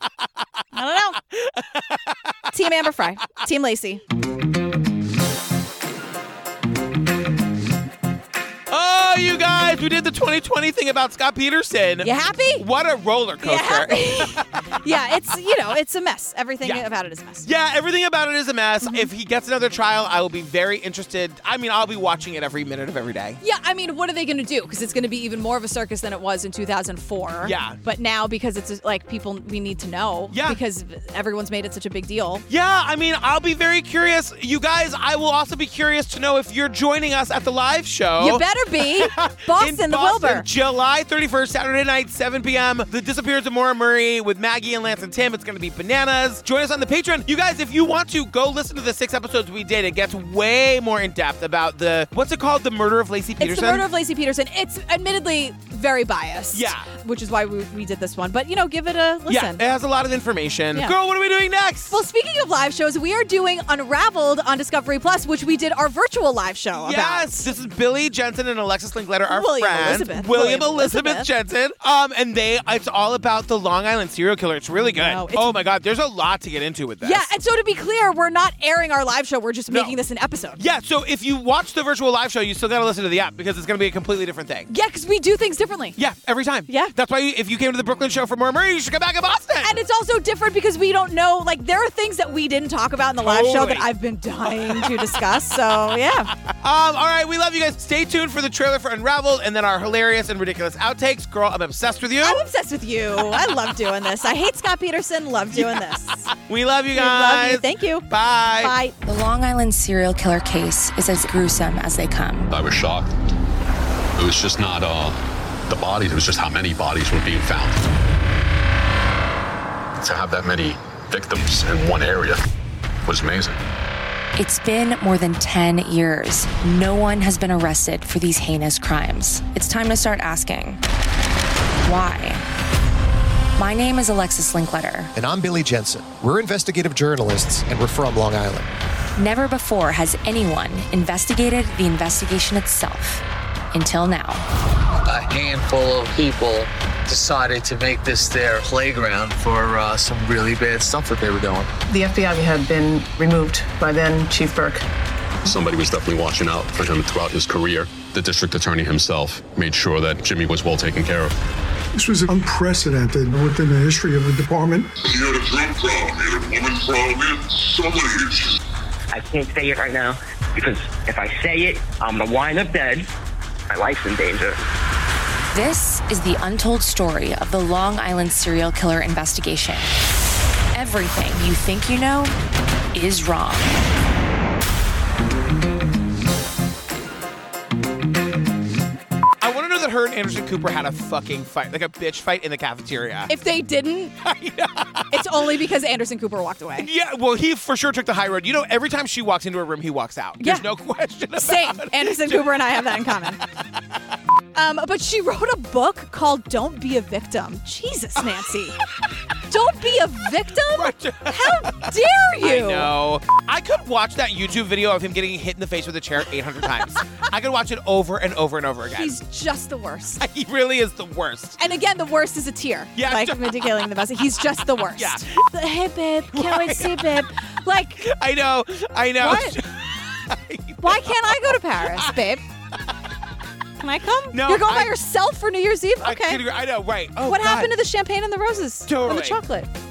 Speaker 2: I don't know. Team Amber Fry, Team Lacey.
Speaker 1: Oh, you guys, we did the 2020 thing about Scott Peterson.
Speaker 2: You happy?
Speaker 1: What a roller coaster.
Speaker 2: Yeah, it's, you know, it's a mess. Everything about it is a mess.
Speaker 1: Yeah, everything about it is a mess.
Speaker 2: Mm-hmm.
Speaker 1: If he gets another trial, I will be very interested. I mean, I'll be watching it every minute of every day.
Speaker 2: Yeah, I mean, what are they going to do? Because it's going to be even more of a circus than it was in 2004.
Speaker 1: Yeah.
Speaker 2: But now, because it's like people we need to know. Yeah. Because everyone's made it such a big deal.
Speaker 1: Yeah, I mean, I'll be very curious. You guys, I will also be curious to know if you're joining us at the live show.
Speaker 2: You better be. Boston,
Speaker 1: Oh. In
Speaker 2: the
Speaker 1: Boston,
Speaker 2: Wilbur.
Speaker 1: July 31st, Saturday night, 7 p.m. The Disappearance of Maura Murray with Maggie and Lance and Tim. It's going to be bananas. Join us on the Patreon. You guys, if you want to, go listen to the six episodes we did. It gets way more in depth about the, what's it called? The murder of Lacey Peterson?
Speaker 2: It's the murder of Lacey Peterson. It's admittedly very biased.
Speaker 1: Yeah.
Speaker 2: Which is why we, we did this one. But, you know, give it a listen.
Speaker 1: Yeah, eh. it has a lot of information.
Speaker 2: Yeah.
Speaker 1: Girl, what are we doing next?
Speaker 2: Well, speaking of live shows, we are doing Unraveled on Discovery Plus, which we did our virtual live show about.
Speaker 1: Yes, this is Billy Jensen and Alexis Linkletter, our
Speaker 2: William
Speaker 1: friends.
Speaker 2: Elizabeth.
Speaker 1: William,
Speaker 2: William
Speaker 1: Elizabeth,
Speaker 2: Elizabeth.
Speaker 1: Jensen. Um, and they, it's all about the Long Island serial killer. It's really good.
Speaker 2: know, it's-
Speaker 1: oh my God, there's a lot to get into with this.
Speaker 2: Yeah, and so to be clear, we're not airing our live show. We're just making this an episode.
Speaker 1: Yeah, so if you watch the virtual live show, you still gotta listen to the app because it's gonna be a completely different thing.
Speaker 2: Yeah, because we do things differently.
Speaker 1: Yeah, every time. Yeah. That's why if you came to the Brooklyn show for more Murray, you should come back in Boston.
Speaker 2: And it's also different because we don't know. Like, there are things that we didn't talk about in the live show
Speaker 1: Totally.
Speaker 2: that I've been dying to discuss. So, yeah.
Speaker 1: Um, all right, we love you guys. Stay tuned for the trailer for Unraveled and then our hilarious and ridiculous outtakes. Girl, I'm obsessed with you.
Speaker 2: I'm obsessed with you. I love doing this. I hate Scott Peterson. Love doing this.
Speaker 1: We love you
Speaker 2: We love
Speaker 1: guys.
Speaker 2: you. Thank you.
Speaker 1: Bye.
Speaker 2: Bye.
Speaker 13: The Long Island serial killer case is as gruesome as they come.
Speaker 15: I was shocked. It was just not uh, the bodies, it was just how many bodies were being found. To have that many victims in one area was amazing.
Speaker 13: It's been more than 10 years. No one has been arrested for these heinous crimes. It's time to start asking why? My name is Alexis Linkletter.
Speaker 16: And I'm Billy Jensen. We're investigative journalists, and we're from Long Island.
Speaker 13: Never before has anyone investigated the investigation itself until now.
Speaker 25: a handful of people decided to make this their playground for uh, some really bad stuff that they were doing.
Speaker 26: The FBI had been removed by then Chief Burke.
Speaker 15: Somebody was definitely watching out for him throughout his career. The district attorney himself made sure that Jimmy was well taken care of.
Speaker 27: This was unprecedented within the history of the department.
Speaker 28: He had a drug problem, he had a woman problem, he had so many issues.
Speaker 29: I can't say it right now because if I say it, I'm gonna wind up dead. My life's in danger.
Speaker 13: This is the untold story of the Long Island serial killer investigation. Everything you think you know is wrong.
Speaker 1: I want to know that her and Anderson Cooper had a fucking fight, like a bitch fight in the cafeteria.
Speaker 2: If they didn't, it's only because Anderson Cooper walked away.
Speaker 1: yeah, well, he for sure took the high road. You know, every time she walks into a room, he walks out. There's no question about
Speaker 2: Same. Anderson Cooper and I have that in common. Um, but she wrote a book called Don't Be a Victim. Jesus, Nancy. Don't be a victim? How dare you?
Speaker 1: I know. I could watch that YouTube video of him getting hit in the face with a chair 800 times. I could watch it over and over and over again.
Speaker 2: He's just the worst.
Speaker 1: he really is the worst.
Speaker 2: And again, the worst is a tear. Yeah. Like Mindy Kaling the best. He's just the worst.
Speaker 1: Yeah.
Speaker 2: Hey, babe. Can't wait to see you, babe. Like,
Speaker 1: I know. I know.
Speaker 2: What? why can't I go to Paris, babe? Can I come?
Speaker 1: No,
Speaker 2: You're going
Speaker 1: I-
Speaker 2: by yourself for New Year's Eve?
Speaker 1: I
Speaker 2: Okay.
Speaker 1: kidding- I know, right. Oh,
Speaker 2: what
Speaker 1: God.
Speaker 2: happened to the champagne and the roses? And
Speaker 1: Totally.
Speaker 2: the chocolate?